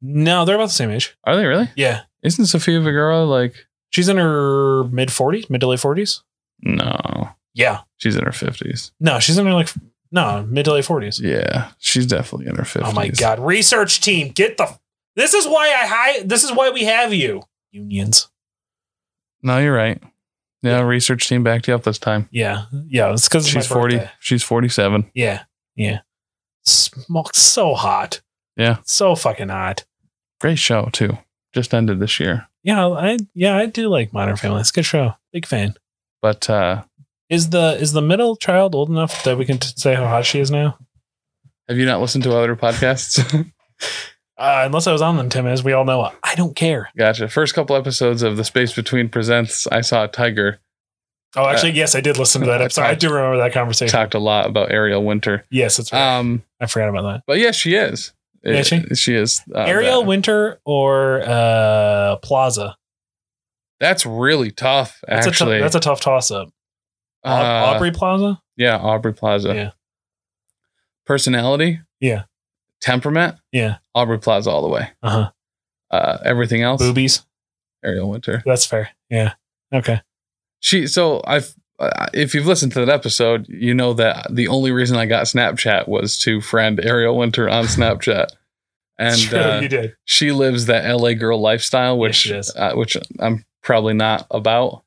S2: No, they're about the same age.
S1: Are they really?
S2: Yeah.
S1: Isn't Sophia Vergara like?
S2: She's in her mid 40s, mid to late 40s.
S1: No,
S2: Yeah.
S1: she's in her fifties.
S2: No, she's in her like, no, mid to late 40s.
S1: Yeah, she's definitely in her 50s.
S2: Oh my God. Research team, get the. This is why I hi. This is why we have you. Unions.
S1: No, you're right. Yeah, research team backed you up this time.
S2: Yeah. Yeah. It's because
S1: She's 40. She's 47.
S2: Yeah. Yeah. Smoked so hot.
S1: Yeah.
S2: So fucking hot.
S1: Great show, too. Just ended this year.
S2: Yeah. I, yeah, I do like Modern Family. It's a good show. Big fan.
S1: But uh,
S2: Is the is the middle child old enough that we can t- say how hot she is now?
S1: have you not listened to other podcasts?
S2: Uh, unless I was on them, Tim, as we all know, I don't care.
S1: gotcha. First couple episodes of The Space Between Presents, I saw a tiger.
S2: Oh, actually, yes, I did listen to that
S1: Uh, I
S2: episode. I
S1: talked-
S2: do remember that conversation.
S1: Talked a lot about Ariel Winter.
S2: Yes, that's right.
S1: Um,
S2: I forgot about that.
S1: but yeah, she is.
S2: Is she?
S1: She is. Uh,
S2: Ariel
S1: that-
S2: Winter or uh, Plaza?
S1: That's really tough,
S2: That's
S1: actually.
S2: a t- that's a tough toss up.
S1: Uh,
S2: Aubrey Plaza.
S1: Yeah, Aubrey Plaza.
S2: Yeah.
S1: Personality.
S2: Yeah.
S1: Temperament.
S2: Yeah.
S1: Aubrey Plaza all the way.
S2: Uh huh.
S1: Uh, everything else.
S2: Boobies.
S1: Ariel Winter.
S2: That's fair. Yeah. Okay.
S1: She. So I've. Uh, if you've listened to that episode, you know that the only reason I got Snapchat was to friend Ariel Winter on Snapchat,
S2: It's
S1: and
S2: true,
S1: uh,
S2: you did.
S1: she lives that LA girl lifestyle, which
S2: she does.
S1: uh, which I'm probably not about.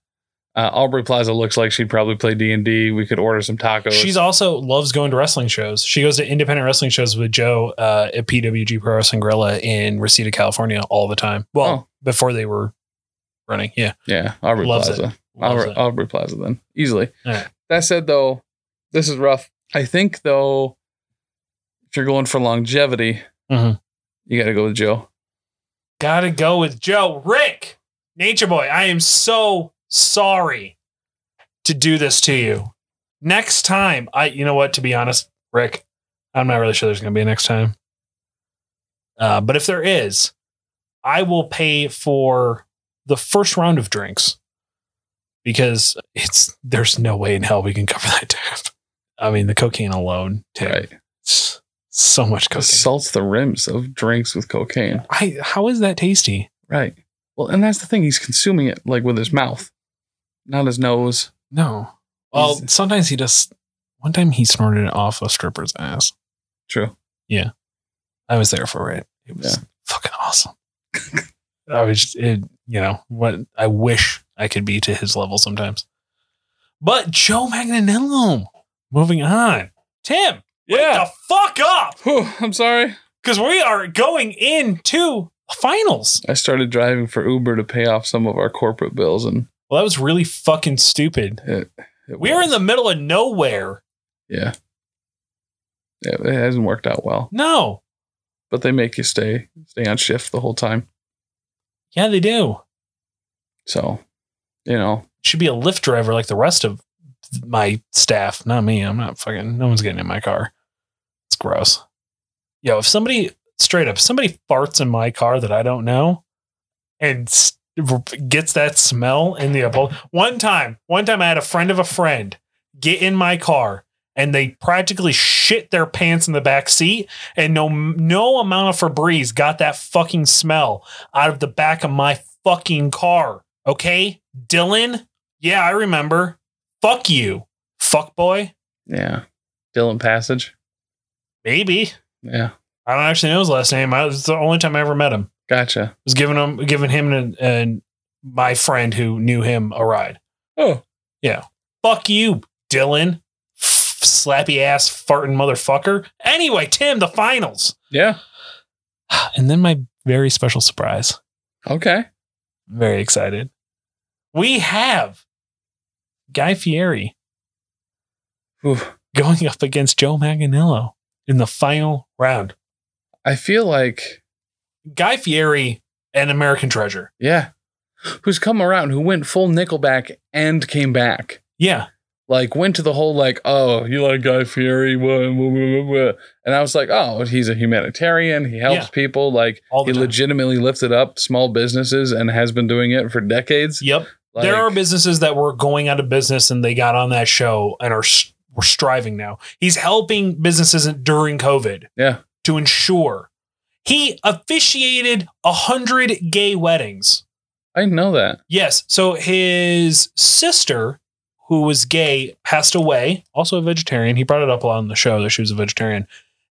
S1: Uh, Aubrey Plaza looks like she'd probably play D and D. We could order some tacos.
S2: She's also loves going to wrestling shows. She goes to independent wrestling shows with Joe uh, at PWG Pro Wrestling Gorilla in Reseda, California, all the time.
S1: Oh.
S2: Well, before they were running. Yeah.
S1: yeah, Aubrey
S2: Loves it.
S1: Plaza.
S2: Loves
S1: Aubrey,
S2: it.
S1: Aubrey Plaza then easily.
S2: Alright.
S1: That said, though, this is rough. I think though, if you're going for longevity,
S2: Mhm.
S1: you got to go with Joe.
S2: Gotta go with Joe. Rick, Nature Boy, I am so sorry to do this to you. Next time, I you know what, to be honest, Rick, I'm not really sure there's gonna be a next time. Uh, but if there is, I will pay for the first round of drinks because it's there's no way in hell we can cover that tab. I mean, the cocaine alone, Tim,
S1: Right,
S2: s- so much cocaine.
S1: assaults the rims of drinks with cocaine.
S2: I how is that tasty?
S1: Right, Well, and that's the thing. He's consuming it like with his mouth, not his nose.
S2: No. Well,
S1: He's-
S2: sometimes he just. One time he snorted it off a stripper's ass.
S1: True.
S2: I was there for it. It was fucking awesome. I was, it, you know, what I wish I could be to his level sometimes. But Joe Magnanello, moving on. Tim, wake the fuck up,
S1: Whew, I'm sorry.
S2: because we are going into finals.
S1: I started driving for Uber to pay off some of our corporate bills, and
S2: Well, that was really fucking stupid.
S1: it
S2: We were in
S1: was-
S2: the middle of nowhere.
S1: yeah. It, it hasn't worked out well,
S2: No,
S1: but they make you stay stay on shift the whole time.
S2: yeah, they do.
S1: So, you know,
S2: Should be a Lyft driver like the rest of my staff. Not me. I'm not fucking. No one's getting in my car. It's gross. Yo, if somebody straight up, if somebody farts in my car that I don't know, and s- gets that smell in the uphold. One time, one time, I had a friend of a friend get in my car. And they practically shit their pants in the back seat, and no no amount of Febreze got that fucking smell out of the back of my fucking car. Okay, Dylan. Yeah, I remember. Fuck you, fuck boy.
S1: yeah. Dylan Passage.
S2: Maybe
S1: Yeah.
S2: I don't actually know his last name. I, it's the only time I ever met him.
S1: Gotcha.
S2: was giving him giving him and, and my friend who knew him a ride.
S1: Oh.
S2: yeah. Fuck you, Dylan. F- slappy ass farting motherfucker. Anyway, Tim, the finals,
S1: Yeah.
S2: and then my very special surprise.
S1: Okay.
S2: Very excited. We have Guy Fieri
S1: Whew.
S2: going up against Joe Manganiello in the final round.
S1: I feel like
S2: Guy Fieri and American Treasure.
S1: yeah. Who's come around? Who went full Nickelback and came back?
S2: Yeah.
S1: Like went to the whole like oh you like Guy Fieri, wha- wha- wha- wha- wha. and I was like oh he's a humanitarian. He helps
S2: Yeah.
S1: people. Like
S2: All the
S1: he
S2: time.
S1: legitimately lifted up small businesses and has been doing it for decades.
S2: Yep.
S1: Like,
S2: there are businesses that were going out of business and they got on that show and are s- were striving now. He's helping businesses during COVID.
S1: Yeah.
S2: To ensure he officiated a hundred gay weddings.
S1: I didn't know that.
S2: Yes. So his sister, who was gay, passed away, also a vegetarian. He brought it up on the show that she was a vegetarian.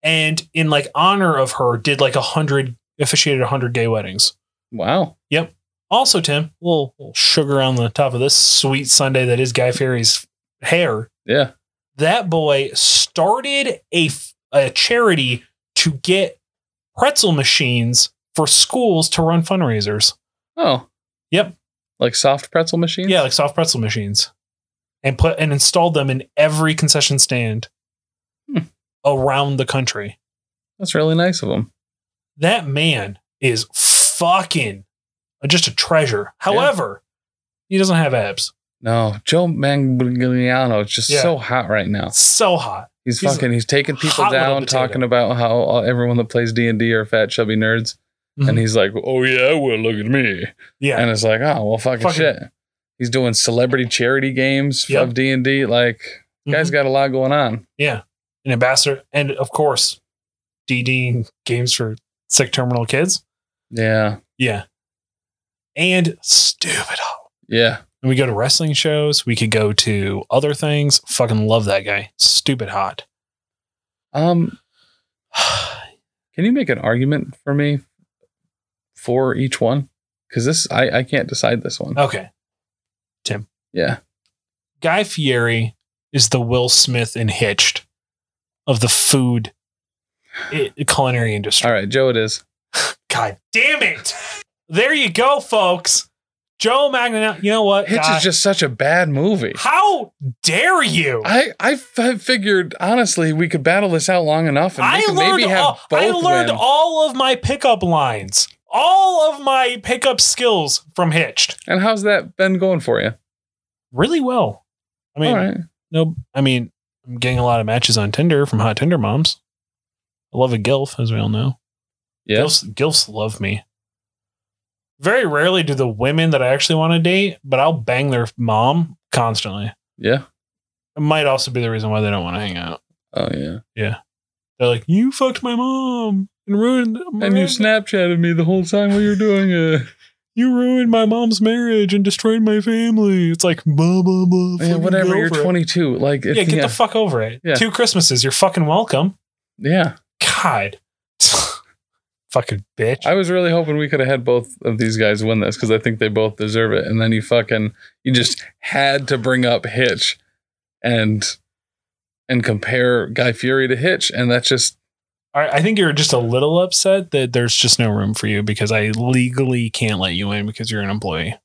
S2: And in like honor of her, did like a hundred officiated a hundred gay weddings.
S1: Wow.
S2: Also, Tim, a little, little sugar on the top of this sweet Sunday that is Guy Fieri's hair.
S1: Yeah.
S2: That boy started a, f- a charity to get pretzel machines for schools to run fundraisers.
S1: Oh.
S2: Yep.
S1: Like soft pretzel machines.
S2: Yeah, like soft pretzel machines, and put and installed them in every concession stand
S1: Hmm.
S2: around the country.
S1: That's really nice of him.
S2: That man is fucking just a treasure. However, he doesn't have abs.
S1: No, Joe Manganiello is just
S2: Yeah.
S1: so hot right now.
S2: So hot.
S1: He's,
S2: He's
S1: fucking. He's taking people
S2: hot little
S1: down,
S2: potato.
S1: talking about how all, everyone that plays D and D are fat, chubby nerds, and
S2: Mhm.
S1: he's like, "Oh yeah, well look at me,"
S2: Yeah.
S1: and it's like, "Oh well, fucking,
S2: Fucking-
S1: shit." He's doing celebrity charity games
S2: Yep.
S1: of D and D. Like, guy's
S2: Mhm.
S1: got a lot going on.
S2: yeah, an ambassador, and of course, DD games for sick terminal kids.
S1: Yeah,
S2: Yeah, and stupid.
S1: yeah.
S2: And we go to wrestling shows. We could go to other things. Fucking love that guy. Stupid hot.
S1: Um, can you make an argument for me for each one? Because this, I, I can't decide this one.
S2: okay,
S1: Yeah,
S2: Guy Fieri is the Will Smith and Hitched of the food i- culinary industry.
S1: all right, Joe. It is.
S2: God damn it! There you go, folks. Joe Magnanello. You know what?
S1: Hitch
S2: Guy-
S1: is just such a bad movie.
S2: How dare you?
S1: I I f- figured honestly we could battle this out long enough and we
S2: I
S1: could
S2: learned,
S1: maybe have
S2: all,
S1: both
S2: I learned
S1: win.
S2: all of my pickup lines, all of my pickup skills from Hitched.
S1: and how's that been going for you?
S2: Really well. I mean,
S1: all right.
S2: no, I mean, I'm getting a lot of matches on Tinder from hot Tinder moms. I love a gilf, as we all know.
S1: Yes.
S2: Gilfs, gilfs love me. Very rarely do the women that I actually want to date, but I'll bang their mom constantly.
S1: Yeah.
S2: It might also be the reason why they don't want to hang out.
S1: Oh yeah.
S2: They're like, "You fucked my mom and ruined."
S1: And you
S2: ruined-
S1: Snapchatted me the whole time while you were doing it.
S2: you ruined my mom's marriage and destroyed my family. It's like blah blah blah.
S1: Yeah,
S2: fucking
S1: whatever.
S2: get
S1: You're
S2: over it.
S1: 22. Like,
S2: Yeah,
S1: it's,
S2: get
S1: yeah,
S2: the fuck over it.
S1: Yeah.
S2: Two Christmases. You're fucking welcome.
S1: yeah.
S2: God, fucking bitch.
S1: I was really hoping we could have had both of these guys win this because I think they both deserve it. And then you fucking you just had to bring up Hitch and and compare Guy Fury to Hitch, and that's just
S2: All right, I think you're just a little upset that there's just no room for you because I legally can't let you in because you're an employee.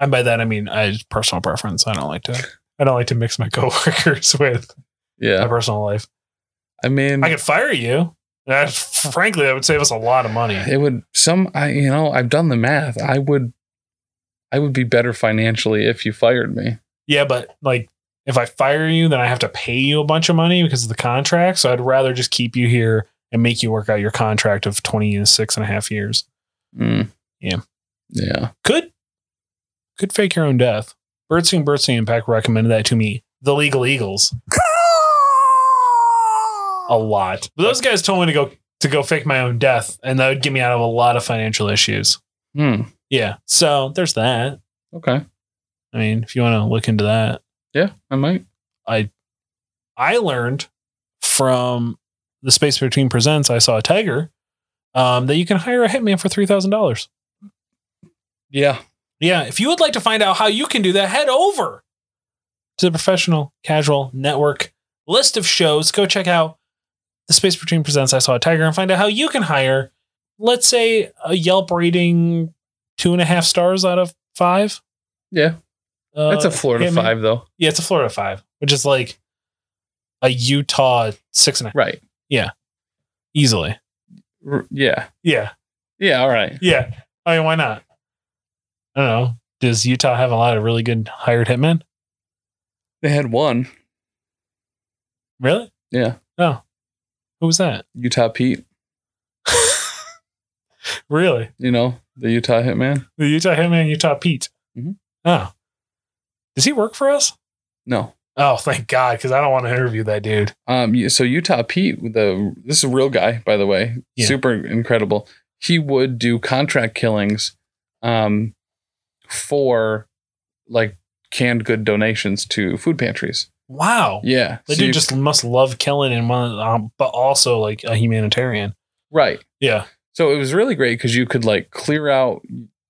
S2: And by that I mean I personal preference. I don't like to. I don't like to mix my coworkers with my
S1: yeah.
S2: personal life.
S1: I mean,
S2: I could fire you. That, frankly, that would save us a lot of money.
S1: it would some I you know I've done the math. I would I would be better financially if you fired me.
S2: Yeah, but like if I fire you, then I have to pay you a bunch of money because of the contract. So I'd rather just keep you here and make you work out your contract of 26 and a half years.
S1: Mm.
S2: Yeah.
S1: yeah.
S2: Could could fake your own death. Birdseeing Birdseeing Impact recommended that to me. The Legal Eagles. a lot. But those guys told me to go to go fake my own death, and that would get me out of a lot of financial issues.
S1: Hmm.
S2: Yeah. So there's that.
S1: Okay.
S2: I mean, if you want to look into that.
S1: Yeah, I might.
S2: I learned from the Space Between Presents, I saw a tiger, um, that you can hire a hitman for $3,000.
S1: Yeah.
S2: Yeah. If you would like to find out how you can do that, head over to the Professional Casual Network list of shows. Go check out the Space Between Presents, I saw a tiger, and find out how you can hire, let's say, a Yelp rating two and a half stars out of five.
S1: Yeah.
S2: Uh,
S1: That's a Florida
S2: hitman.
S1: five though.
S2: Yeah, it's a Florida five, which is like a Utah six and a half
S1: Right.
S2: easily.
S1: R- yeah.
S2: Yeah.
S1: Yeah, all right.
S2: Yeah. I mean, why not? I don't know. Does Utah have a lot of really good hired hitmen?
S1: They had one.
S2: Really?
S1: Yeah.
S2: Oh. Who was that?
S1: Utah Pete.
S2: Really?
S1: you know, the Utah hitman?
S2: The Utah hitman, Utah Pete.
S1: Mhm.
S2: Oh. Does he work for us?
S1: No.
S2: Oh, thank God, because I don't want to interview that dude.
S1: Um you- so Utah Pete with the this is a real guy by the way.
S2: Yeah.
S1: Super incredible. He would do contract killings um for like canned good donations to food pantries.
S2: Wow.
S1: Yeah.
S2: The
S1: So
S2: dude
S1: you-
S2: just must love killing and one, um, but also like a humanitarian.
S1: right.
S2: Yeah.
S1: So it was really great because you could like clear out,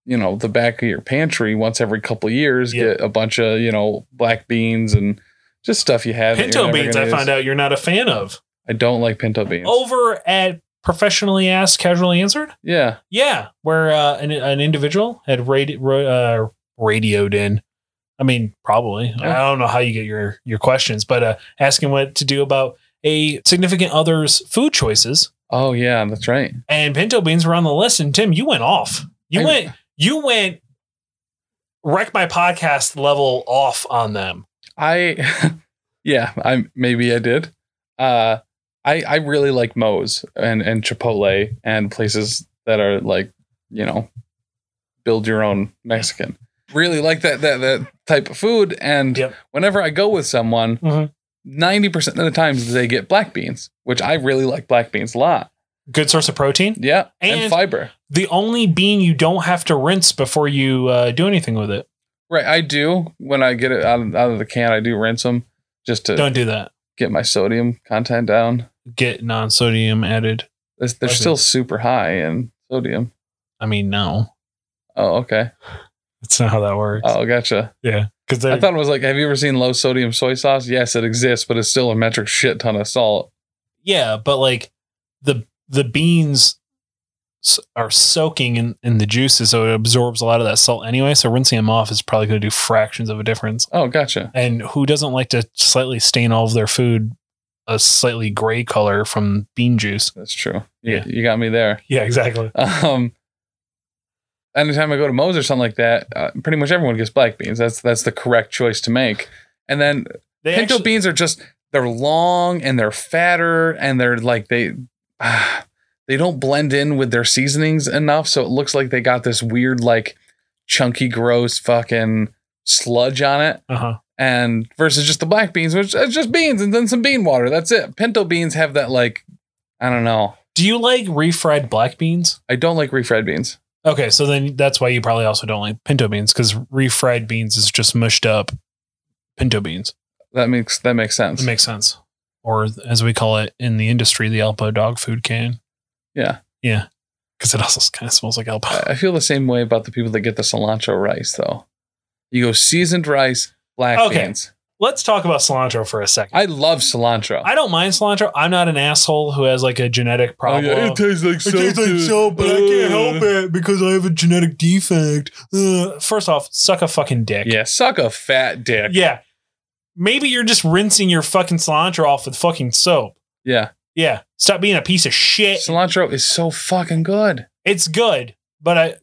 S1: you know, the back of your pantry once every couple years,
S2: Yeah.
S1: get a bunch of, you know, black beans and just stuff you have. that you're
S2: Pinto
S1: never
S2: beans,
S1: gonna
S2: I
S1: use.
S2: found out you're not a fan of.
S1: I don't like pinto beans. Oh.
S2: Over at Professionally Asked, Casually Answered.
S1: Yeah.
S2: Yeah, where uh, an an individual had radi- ra- uh, radioed in. I mean, probably. I don't know how you get your your questions, but uh, asking what to do about a significant other's food choices.
S1: Oh yeah, that's right.
S2: And pinto beans were on the list, and Tim, you went off. You
S1: I-
S2: went. You went. Wreck my podcast level off on them.
S1: I yeah, I maybe I did. Uh I I really like Moe's and and Chipotle and places that are like, you know, build your own Mexican. Really like that that that type of food and
S2: Yep.
S1: whenever I go with someone,
S2: Mhm.
S1: 90% of the times they get black beans, which I really like black beans a lot.
S2: Good source of protein.
S1: Yeah, and,
S2: And-
S1: fiber.
S2: The only bean you don't have to rinse before you uh, do anything with it.
S1: Right, I do when I get it out of, out of the can, I do rinse them just to
S2: Don't do that.
S1: get my sodium content down.
S2: Get non-sodium added.
S1: They're, they're
S2: Okay.
S1: still super high in sodium.
S2: I mean, no.
S1: Oh, okay.
S2: That's not how that works.
S1: Oh, gotcha.
S2: yeah, because
S1: I thought it was like, have you ever seen low sodium soy sauce? Yes, it exists, but it's still a metric shit ton of salt.
S2: yeah, but like the the beans s- are soaking in in the juices, so it absorbs a lot of that salt anyway. So rinsing them off is probably going to do fractions of a difference.
S1: Oh, gotcha.
S2: And who doesn't like to slightly stain all of their food a slightly gray color from bean juice?
S1: That's true. You,
S2: Yeah.
S1: you got me there.
S2: Yeah, exactly.
S1: Um, anytime I go to Moe's or something like that, uh, pretty much everyone gets black beans. That's that's the correct choice to make. And then
S2: They
S1: pinto
S2: actually-
S1: beans are just they're long and they're fatter and they're like they ah, they don't blend in with their seasonings enough so it looks like they got this weird like chunky gross fucking sludge on it
S2: uh-huh.
S1: and versus just the black beans which is just beans and then some bean water that's it pinto beans have that like i don't know
S2: Do you like refried black beans?
S1: i don't like refried beans
S2: Okay, so then that's why you probably also don't like pinto beans because refried beans is just mushed up pinto beans.
S1: That makes that makes sense.
S2: That makes sense. Or as we call it in the industry, the Alpo dog food can.
S1: Yeah.
S2: Yeah. Because it also kind of smells like Alpo.
S1: I I feel the same way about the people that get the cilantro rice though. You go seasoned rice, black
S2: Okay.
S1: beans.
S2: Let's talk about cilantro for a second.
S1: I love cilantro.
S2: I don't mind cilantro. I'm not an asshole who has like a genetic
S1: Oh,
S2: problem.
S1: yeah, it tastes like so good. Uh.
S2: it because I have a genetic defect. Ugh. First off, suck a fucking dick.
S1: Yeah, suck a fat dick.
S2: Yeah. Maybe you're just rinsing your fucking cilantro off with fucking soap.
S1: Yeah.
S2: Yeah. Stop being a piece of shit.
S1: Cilantro is so fucking good.
S2: It's good, but I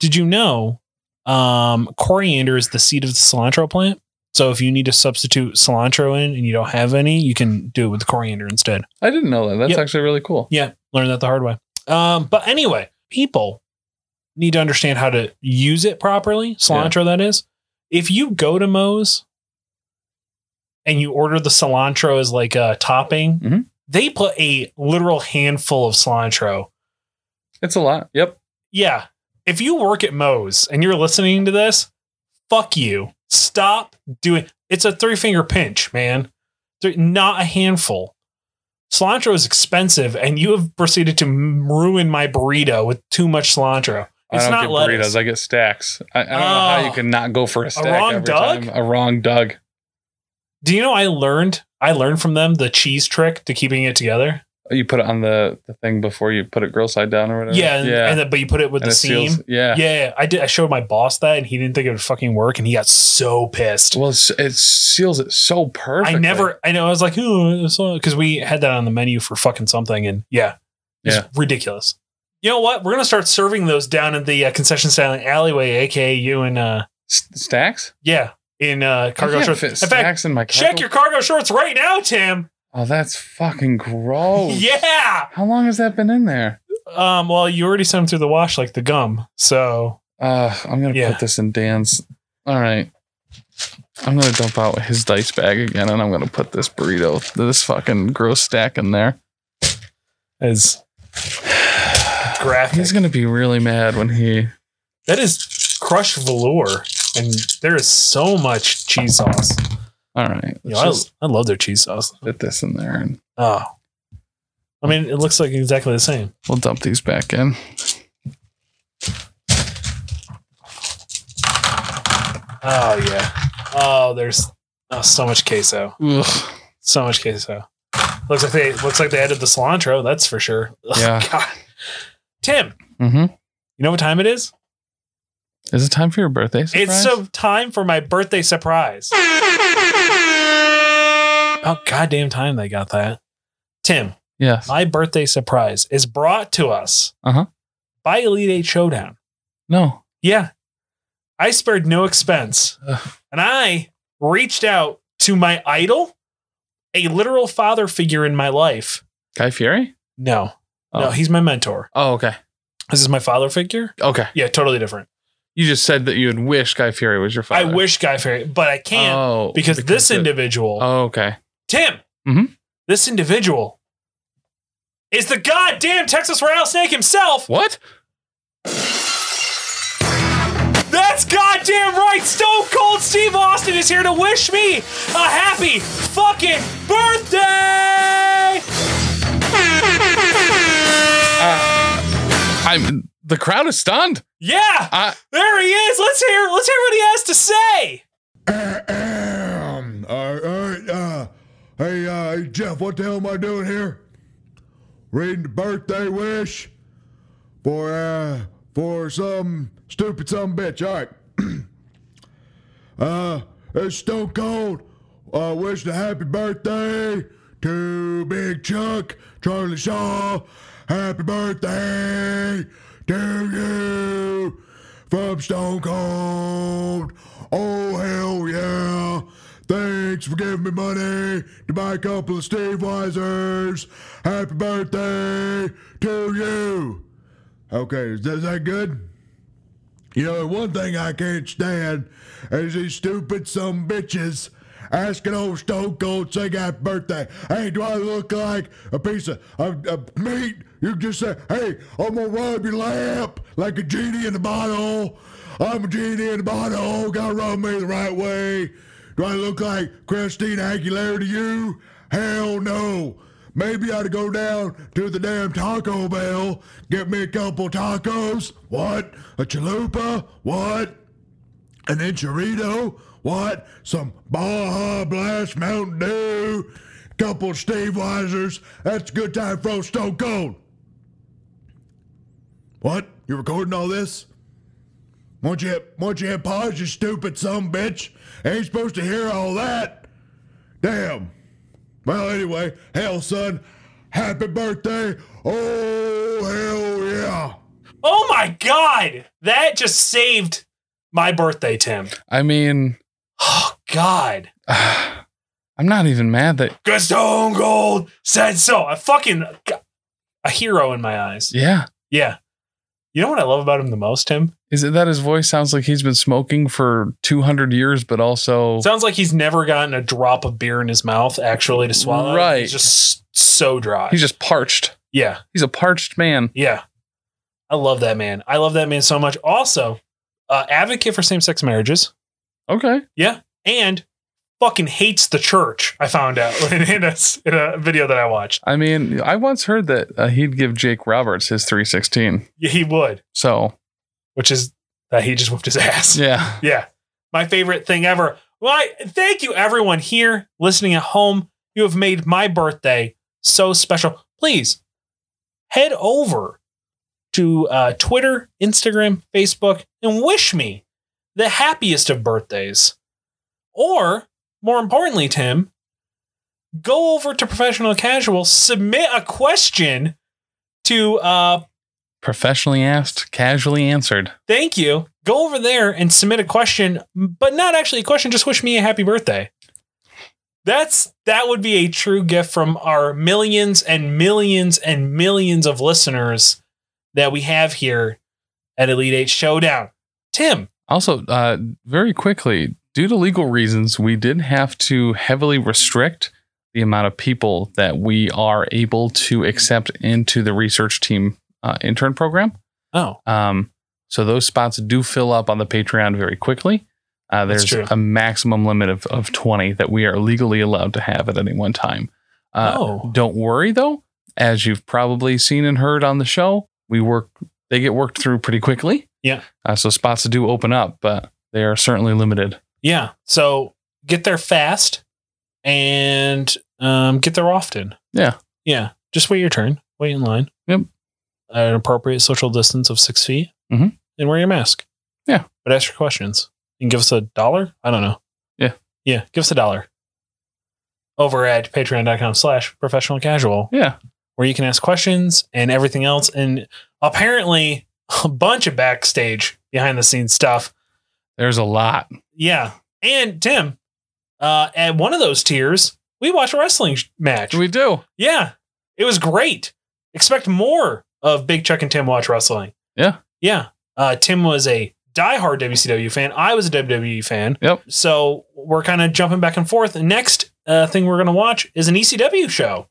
S2: did you know um coriander is the seed of the cilantro plant? So if you need to substitute cilantro in and you don't have any, you can do it with coriander instead.
S1: I didn't know that. That's
S2: Yep.
S1: actually really cool.
S2: Yeah, learned that the hard way. Um, but anyway, people need to understand how to use it properly. Cilantro, that is. If you go to Moe's and you order the cilantro as like a topping,
S1: Mhm.
S2: they put a literal handful of cilantro.
S1: It's a lot. Yep.
S2: Yeah. If you work at Moe's and you're listening to this, fuck you. Stop doing it's a three finger pinch, man. Three- not a handful. Cilantro is expensive, and you have proceeded to m- ruin my burrito with too much cilantro. It's
S1: I don't
S2: not
S1: get
S2: lettuce.
S1: burritos. I get stacks. I, I don't know how
S2: Oh.
S1: you can not go for a stack
S2: wrong
S1: every
S2: Doug?
S1: time. A wrong Doug.
S2: Do you know I learned? I learned from them the cheese trick to keeping it together.
S1: You put it on the, the thing before you put it grill side down or whatever.
S2: Yeah, and,
S1: Uh, yeah.
S2: and then but you put it with
S1: And
S2: the
S1: it
S2: seam.
S1: seals- yeah.
S2: yeah. I did. I showed my boss that, and he didn't think it would fucking work, and he got so pissed.
S1: Well, it's, it seals it so perfect.
S2: I never, I know, I was like, oh, because we had that on the menu for fucking something, and yeah, it's
S1: Yeah.
S2: ridiculous. You know what? We're gonna start serving those down in the uh, concession stand alleyway, aka you and uh,
S1: stacks.
S2: yeah, in uh, cargo
S1: I can't
S2: shorts.
S1: fit
S2: In fact,
S1: stacks in my
S2: check
S1: cargo-
S2: your cargo shorts right now, Tim.
S1: Oh, that's fucking gross.
S2: Yeah.
S1: How long has that been in there?
S2: Um. Well, you already sent them through the wash like the gum, so
S1: Uh, I'm gonna
S2: Yeah.
S1: put this in Dan's. All right. I'm gonna dump out his dice bag again, and I'm gonna put this burrito, this fucking gross stack in there.
S2: as graphic.
S1: He's gonna be really mad when he.
S2: that is crushed velour, and there is so much cheese sauce.
S1: All right,
S2: You
S1: let's
S2: know, I-
S1: just
S2: I love their cheese sauce.
S1: put this in there, and
S2: Oh. I mean, it looks like exactly the same.
S1: we'll dump these back in.
S2: Oh, yeah. Oh, there's oh, so much queso.
S1: Ugh.
S2: So much queso. Looks like they looks like they added the cilantro, that's for sure. Ugh,
S1: Yeah.
S2: God. Tim,
S1: Mm-hmm.
S2: you know what time it is?
S1: Is it time for your birthday? Surprise?
S2: It's so time for my birthday surprise. Oh, goddamn time they got that. Tim,
S1: yes.
S2: my birthday surprise is brought to us
S1: Uh-huh.
S2: by Elite Eight Showdown.
S1: No.
S2: Yeah. I spared no expense.
S1: Ugh.
S2: And I reached out to my idol, a literal father figure in my life.
S1: Guy Fury.
S2: No,
S1: Oh.
S2: no, he's my mentor.
S1: Oh, okay.
S2: This is my father figure.
S1: Okay.
S2: Yeah, totally different.
S1: You just said that you would wish Guy Fury was your father.
S2: I wish Guy Fieri, but I can't
S1: Oh,
S2: because, this
S1: the-
S2: individual,
S1: Oh, okay.
S2: Tim,
S1: Mhm.
S2: this individual is the goddamn Texas rattlesnake himself.
S1: What?
S2: That's goddamn right! Stone Cold Steve Austin is here to wish me a happy fucking birthday!
S1: I'm. The crowd is stunned.
S2: Yeah,
S1: I.
S2: there he is. Let's hear let's hear what he has to say.
S7: Ahem. all right. Uh, hey, uh, hey, Jeff, what the hell am I doing here? Reading the birthday wish for uh, for some stupid some bitch. All right. uh, it's Stone Cold. Uh, wishing a happy birthday to Big Chuck, Charlie Shaw. Happy birthday to you from Stone Cold. Oh, hell yeah. Thanks for giving me money to buy a couple of Steve Weisers. Happy birthday to you. Okay, is that, is that good? You know, one thing I can't stand is these stupid some bitches asking old Stone Cold say happy birthday. Hey, do I look like a piece of, of, of meat? You just say, hey, I'm gonna rob your lamp. like a genie in a bottle. I'm a genie in a bottle. Gotta rub me the right way. Do I look like Christina Aguilera to you? Hell no. Maybe I'd go down to the damn Taco Bell, get me a couple tacos. What? A chalupa? What? an enchilado, what? Some Baja Blast Mountain Dew, couple Steve Weisers. That's a good time for old Stone Cold. What? You're recording all this? Won't you, won't you hit pause, you stupid some bitch? Ain't supposed to hear all that. Damn. Well, anyway, hell, son, happy birthday. Oh, hell yeah.
S2: Oh my god, that just saved my birthday, Tim.
S1: I mean,
S2: Oh god,
S1: I'm not even mad that.
S2: good Stone Cold said so. A fucking a hero in my eyes.
S1: Yeah,
S2: Yeah, you know what I love about him the most, Tim?
S1: is it that his voice sounds like he's been smoking for 200 years, but also
S2: Sounds like he's never gotten a drop of beer in his mouth actually to swallow.
S1: Right.
S2: he's just so dry.
S1: he's just parched.
S2: yeah,
S1: He's a parched man.
S2: yeah. I love that man. I love that man so much. Also, uh, advocate for same-sex marriages.
S1: Okay,
S2: and fucking hates the church. I found out in a, in a video that I watched.
S1: I mean, I once heard that uh, he'd give Jake Roberts his 316.
S2: Yeah, he would,
S1: So
S2: which is that he just whooped his ass.
S1: yeah,
S2: Yeah. My favorite thing ever. Well, I, thank you, everyone here listening at home. You have made my birthday so special. Please head over to uh, Twitter, Instagram, Facebook, and wish me the happiest of birthdays. Or, more importantly, Tim, go over to Professional Casual, submit a question to uh,
S1: professionally asked, casually answered.
S2: Thank you. Go over there and submit a question, but not actually a question. Just wish me a happy birthday. That's that would be a true gift from our millions and millions and millions of listeners that we have here at Elite Eight Showdown. Tim,
S1: Also, uh, very quickly, due to legal reasons, we did have to heavily restrict the amount of people that we are able to accept into the research team uh, intern program.
S2: oh,
S1: Um, so those spots do fill up on the Patreon very quickly. Uh,
S2: That's
S1: there's
S2: true.
S1: a maximum limit of, of 20 that we are legally allowed to have at any one time. Uh,
S2: Oh.
S1: Don't worry though, as you've probably seen and heard on the show, we work they get worked through pretty quickly.
S2: Yeah.
S1: Uh, so spots do open up, but they are certainly limited.
S2: yeah. So get there fast and um, get there often.
S1: Yeah.
S2: yeah. Just wait your turn. Wait in line.
S1: Yep.
S2: At an appropriate social distance of six feet.
S1: Mhm.
S2: And wear your mask.
S1: Yeah.
S2: But ask your questions and give us a dollar. I don't know.
S1: Yeah.
S2: Yeah. Give us a dollar over at patreon.com slash professional casual
S1: Yeah.
S2: where you can ask questions and everything else. And apparently a bunch of backstage behind the scenes stuff
S1: There's a lot.
S2: yeah. And Tim, uh, at one of those tiers, we watched a wrestling sh- match.
S1: We do.
S2: yeah. It was great. Expect more of Big Chuck and Tim watch wrestling.
S1: Yeah.
S2: Yeah. Uh, Tim was a diehard WCW fan. I was a WWE fan.
S1: Yep.
S2: So we're kind of jumping back and forth. Next uh, thing we're going to watch is an ECW show.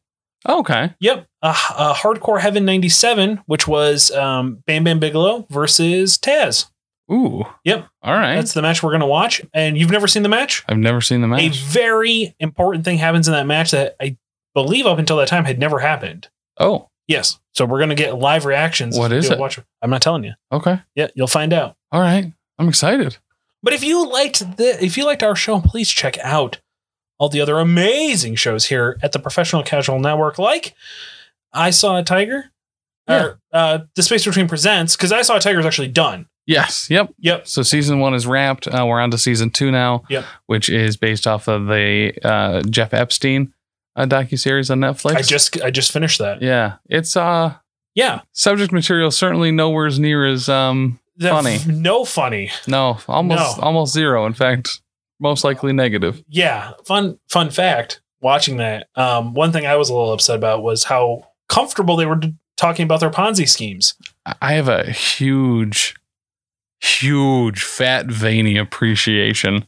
S1: Okay.
S2: Yep. Uh, uh, Hardcore Heaven 97, which was um, Bam Bam Bigelow versus Taz.
S1: Ooh.
S2: Yep.
S1: All right.
S2: That's the match we're going to watch. And you've never seen the match?
S1: I've never seen the
S2: a
S1: match.
S2: very important thing happens in that match that I believe up until that time had never happened.
S1: oh,
S2: Yes. So we're gonna get live reactions.
S1: What
S2: if you
S1: is
S2: do a
S1: it?
S2: Watch. I'm not telling you.
S1: okay.
S2: Yeah, you'll find out.
S1: All right. I'm excited.
S2: But if you liked the if you liked our show, please check out all the other amazing shows here at the Professional Casual Network, like I Saw a Tiger. Or uh, The Space Between Presents, because I Saw a Tiger is actually done.
S1: Yes. Yep.
S2: Yep.
S1: So season one is wrapped. Uh, we're on to season two now,
S2: Yep.
S1: which is based off of the uh, Jeff Epstein uh, docu series on Netflix.
S2: I just I just finished that. Yeah.
S1: yeah, it's uh subject material certainly nowhere as near as um
S2: The-
S1: Funny.
S2: No funny.
S1: no almost
S2: No.
S1: almost zero. In fact, most likely negative.
S2: yeah fun fun fact watching that um one thing i was a little upset about was how comfortable they were d- talking about their ponzi schemes
S1: I- I have a huge, huge fat veiny appreciation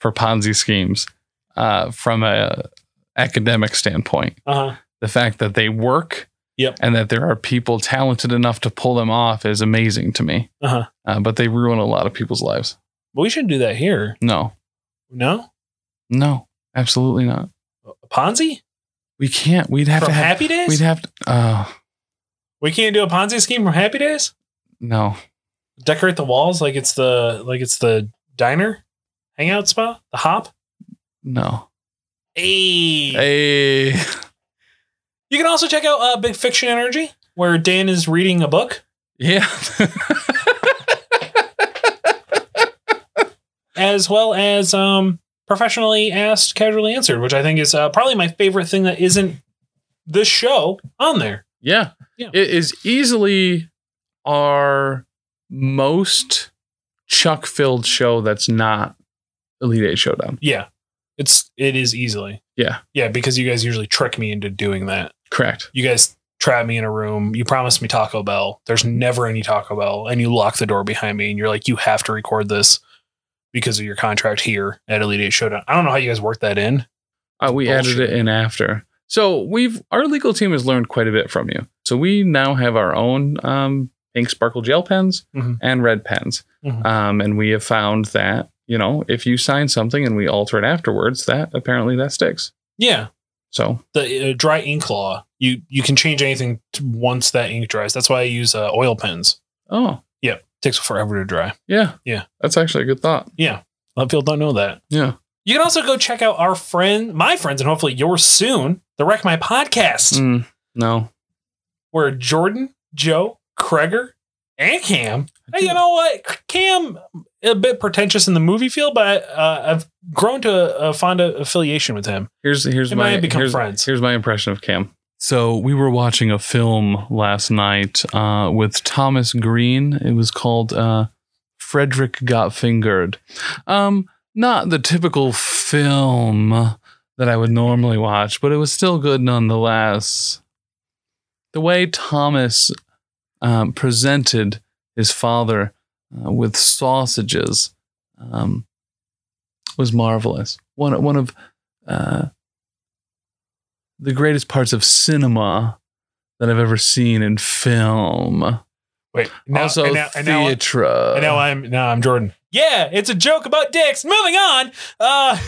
S1: for Ponzi schemes uh, from a academic standpoint.
S2: uh-huh
S1: the fact that they work
S2: Yep.
S1: And that there are people talented enough to pull them off is amazing to me.
S2: Uh-huh.
S1: Uh, but they ruin a lot of people's lives.
S2: But we shouldn't do that here.
S1: No,
S2: No?
S1: no, absolutely not.
S2: A Ponzi?
S1: We can't. We'd have
S2: From
S1: to have.
S2: Happy Days?
S1: We'd have to. Uh,
S2: we can't do a Ponzi scheme from Happy Days?
S1: no.
S2: Decorate the walls like it's the like it's the diner hangout spot? The hop?
S1: No.
S2: Hey.
S1: Hey.
S2: You can also check out uh, Big Fiction Energy, where Dan is reading a book.
S1: Yeah.
S2: as well as um, professionally asked, casually answered, which I think is uh, probably my favorite thing that isn't this show on there.
S1: yeah.
S2: Yeah.
S1: It is easily our most chuck filled show that's not Elite Eight Showdown.
S2: Yeah, it's it is easily.
S1: Yeah.
S2: yeah, because you guys usually trick me into doing that.
S1: Correct.
S2: You guys trap me in a room. You promise me Taco Bell. There's never any Taco Bell, and you lock the door behind me, and you're like, you have to record this because of your contract here at Elite Eight Showdown. I don't know how you guys work that in.
S1: Uh, we added
S2: Bullshit.
S1: it in after. So we've our legal team has learned quite a bit from you. So we now have our own um, pink sparkle gel pens
S2: Mhm.
S1: and red pens,
S2: Mhm.
S1: um, and we have found that you know if you sign something and we alter it afterwards, that apparently that sticks.
S2: Yeah,
S1: So
S2: the uh, dry ink law. You you can change anything t once that ink dries. That's why I use uh, oil pens.
S1: oh
S2: takes forever to dry.
S1: yeah
S2: Yeah.
S1: that's actually a good thought
S2: A lot of people don't know that.
S1: yeah
S2: You can also go check out our friend, my friends, and hopefully yours soon, the Wreck My Podcast,
S1: Mm, no
S2: where Jordan, Joe, Kreger, and Cam. Hey, you know what? Cam, a bit pretentious in the movie field, but uh, I've grown to a, a fond affiliation with him.
S1: here's here's
S2: They might
S1: my
S2: have become
S1: here's,
S2: friends.
S1: here's my impression of Cam. So we were watching a film last night uh, with Thomas Green. It was called uh, Frederick Got Fingered. Um, not the typical film that I would normally watch, but it was still good nonetheless. The way Thomas um, presented his father uh, with sausages um, was marvelous. One one of uh, the greatest parts of cinema that I've ever seen in film.
S2: Wait, now,
S1: also,
S2: and now, and now-
S1: theater.
S2: and now I'm now I'm Jordan. Yeah, it's a joke about dicks. Moving on. Uh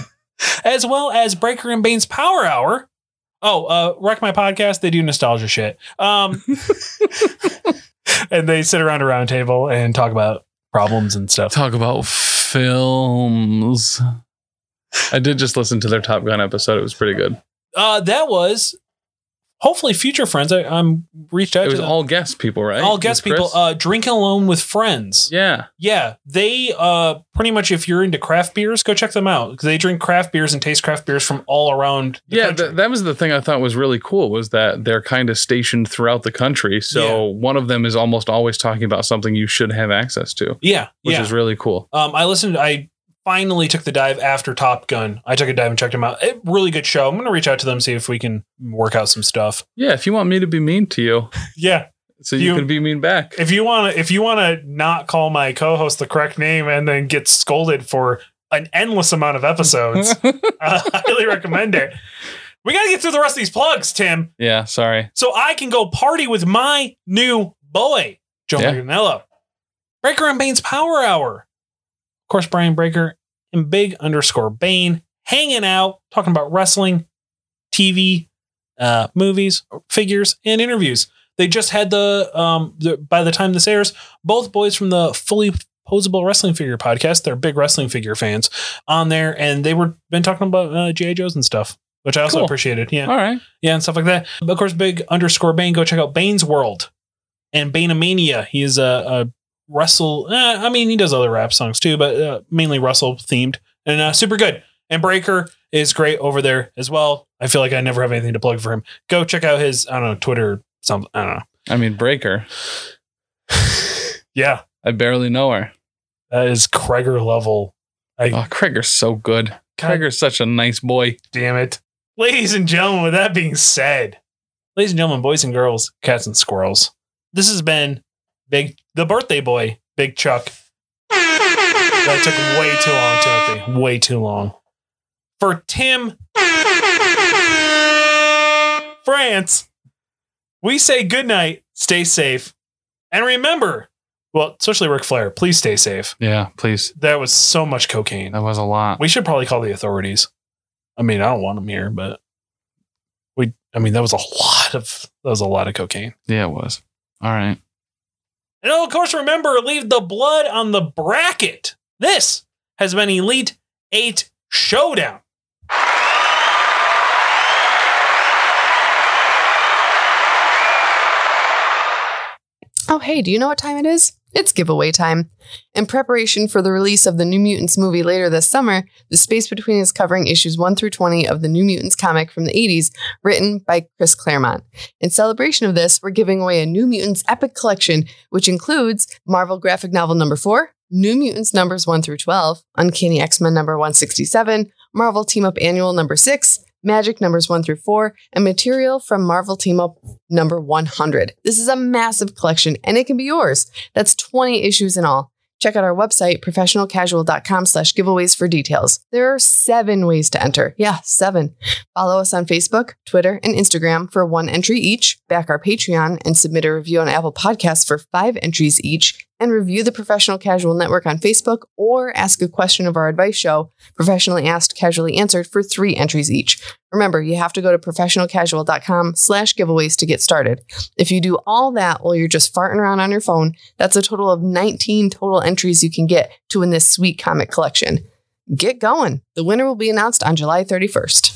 S2: as well as Breaker and Bane's Power Hour. Oh, uh Wreck My Podcast, they do nostalgia shit. Um and they sit around a round table and talk about problems and stuff.
S1: Talk about films. I did just listen to their Top Gun episode. It was pretty good.
S2: Uh that was hopefully future friends. I, I'm reached out
S1: It was
S2: to them.
S1: all guest people, right?
S2: all guest
S1: With
S2: people.
S1: Chris?
S2: Uh drinking alone with friends.
S1: yeah.
S2: Yeah, they uh pretty much if you're into craft beers, go check them out. They drink craft beers and taste craft beers from all around. The
S1: yeah,
S2: country.
S1: th- that was the thing I thought was really cool was that they're kind of stationed throughout the country. So one of them is almost always talking about something you should have access to,
S2: yeah,
S1: which
S2: yeah.
S1: is really cool.
S2: um, I listened. I finally took the dive after Top Gun. I took a dive and checked them out. Eh, really good show. I'm gonna reach out to them see if we can work out some stuff.
S1: Yeah, if you want me to be mean to you,
S2: Yeah,
S1: so you,
S2: You-
S1: can be mean back.
S2: if you wanna, if you wanna not call my co-host the correct name and then get scolded for an endless amount of episodes, uh, I highly recommend it. We gotta get through the rest of these plugs, Tim.
S1: yeah, sorry.
S2: so I can go party with my new boy, Joe
S1: Yeah.
S2: Manganiello. Breaker and Bane's Power Hour. Of course, Brian Breaker and Big underscore Bane hanging out, talking about wrestling, TV, uh, movies, figures, and interviews. They just had the, um, the by the time this airs, both boys from the fully posable wrestling figure podcast, they're big wrestling figure fans on there, and they were been talking about uh, GI Joes and stuff, which I also
S1: Cool.
S2: appreciated. Yeah,
S1: All right.
S2: yeah, and stuff like that. But of course, big underscore Bane. Go check out Bane's World and Banemania. He is a, a Russell. eh, I mean, he does other rap songs too, but uh, mainly Russell themed and uh, super good. And Breaker is great over there as well. I feel like I never have anything to plug for him. Go check out his I don't know Twitter or something. I don't know.
S1: I mean, Breaker.
S2: Yeah,
S1: I barely know her.
S2: that is Kreger level.
S1: Oh, Kreger's so good.
S2: God
S1: Kreger's such a nice boy.
S2: damn it. Ladies and gentlemen, with that being said, ladies and gentlemen, boys and girls, cats and squirrels, this has been Big the birthday boy, Big Chuck. That took way too long, Timothy. Way too long. For Tim France, We say goodnight, stay safe, and remember, well, especially Ric Flair, please stay safe.
S1: Yeah, please.
S2: That was so much cocaine.
S1: That was a lot.
S2: We should probably call the authorities. I mean, I don't want them here, but we. I mean, that was a lot of that was a lot of cocaine.
S1: Yeah, it was. All right.
S2: And oh, of course, remember leave the blood on the bracket. This has been Elite Eight Showdown.
S9: Oh, hey, do you know what time it is? It's giveaway time. In preparation for the release of the New Mutants movie later this summer, The Space Between is covering issues 1 through 20 of the New Mutants comic from the 80s, written by Chris Claremont. In celebration of this, we're giving away a New Mutants epic collection, which includes Marvel graphic novel number 4, New Mutants numbers 1 through 12, Uncanny X Men number 167, Marvel Team Up Annual number 6, Magic numbers 1 through 4, and material from Marvel Team Up number 100. This is a massive collection and it can be yours. That's 20 issues in all. Check out our website, professionalcasual.com slash giveaways for details. There are seven ways to enter. Yeah, seven. Follow us on Facebook, Twitter, and Instagram for one entry each. Back our Patreon and submit a review on Apple Podcasts for five entries each. And review the Professional Casual Network on Facebook or ask a question of our advice show, Professionally Asked, Casually Answered, for three entries each. Remember, you have to go to professionalcasual.com slash giveaways to get started. If you do all that while you're just farting around on your phone, that's a total of 19 total entries you can get to win this sweet comic collection. Get going. The winner will be announced on July 31st.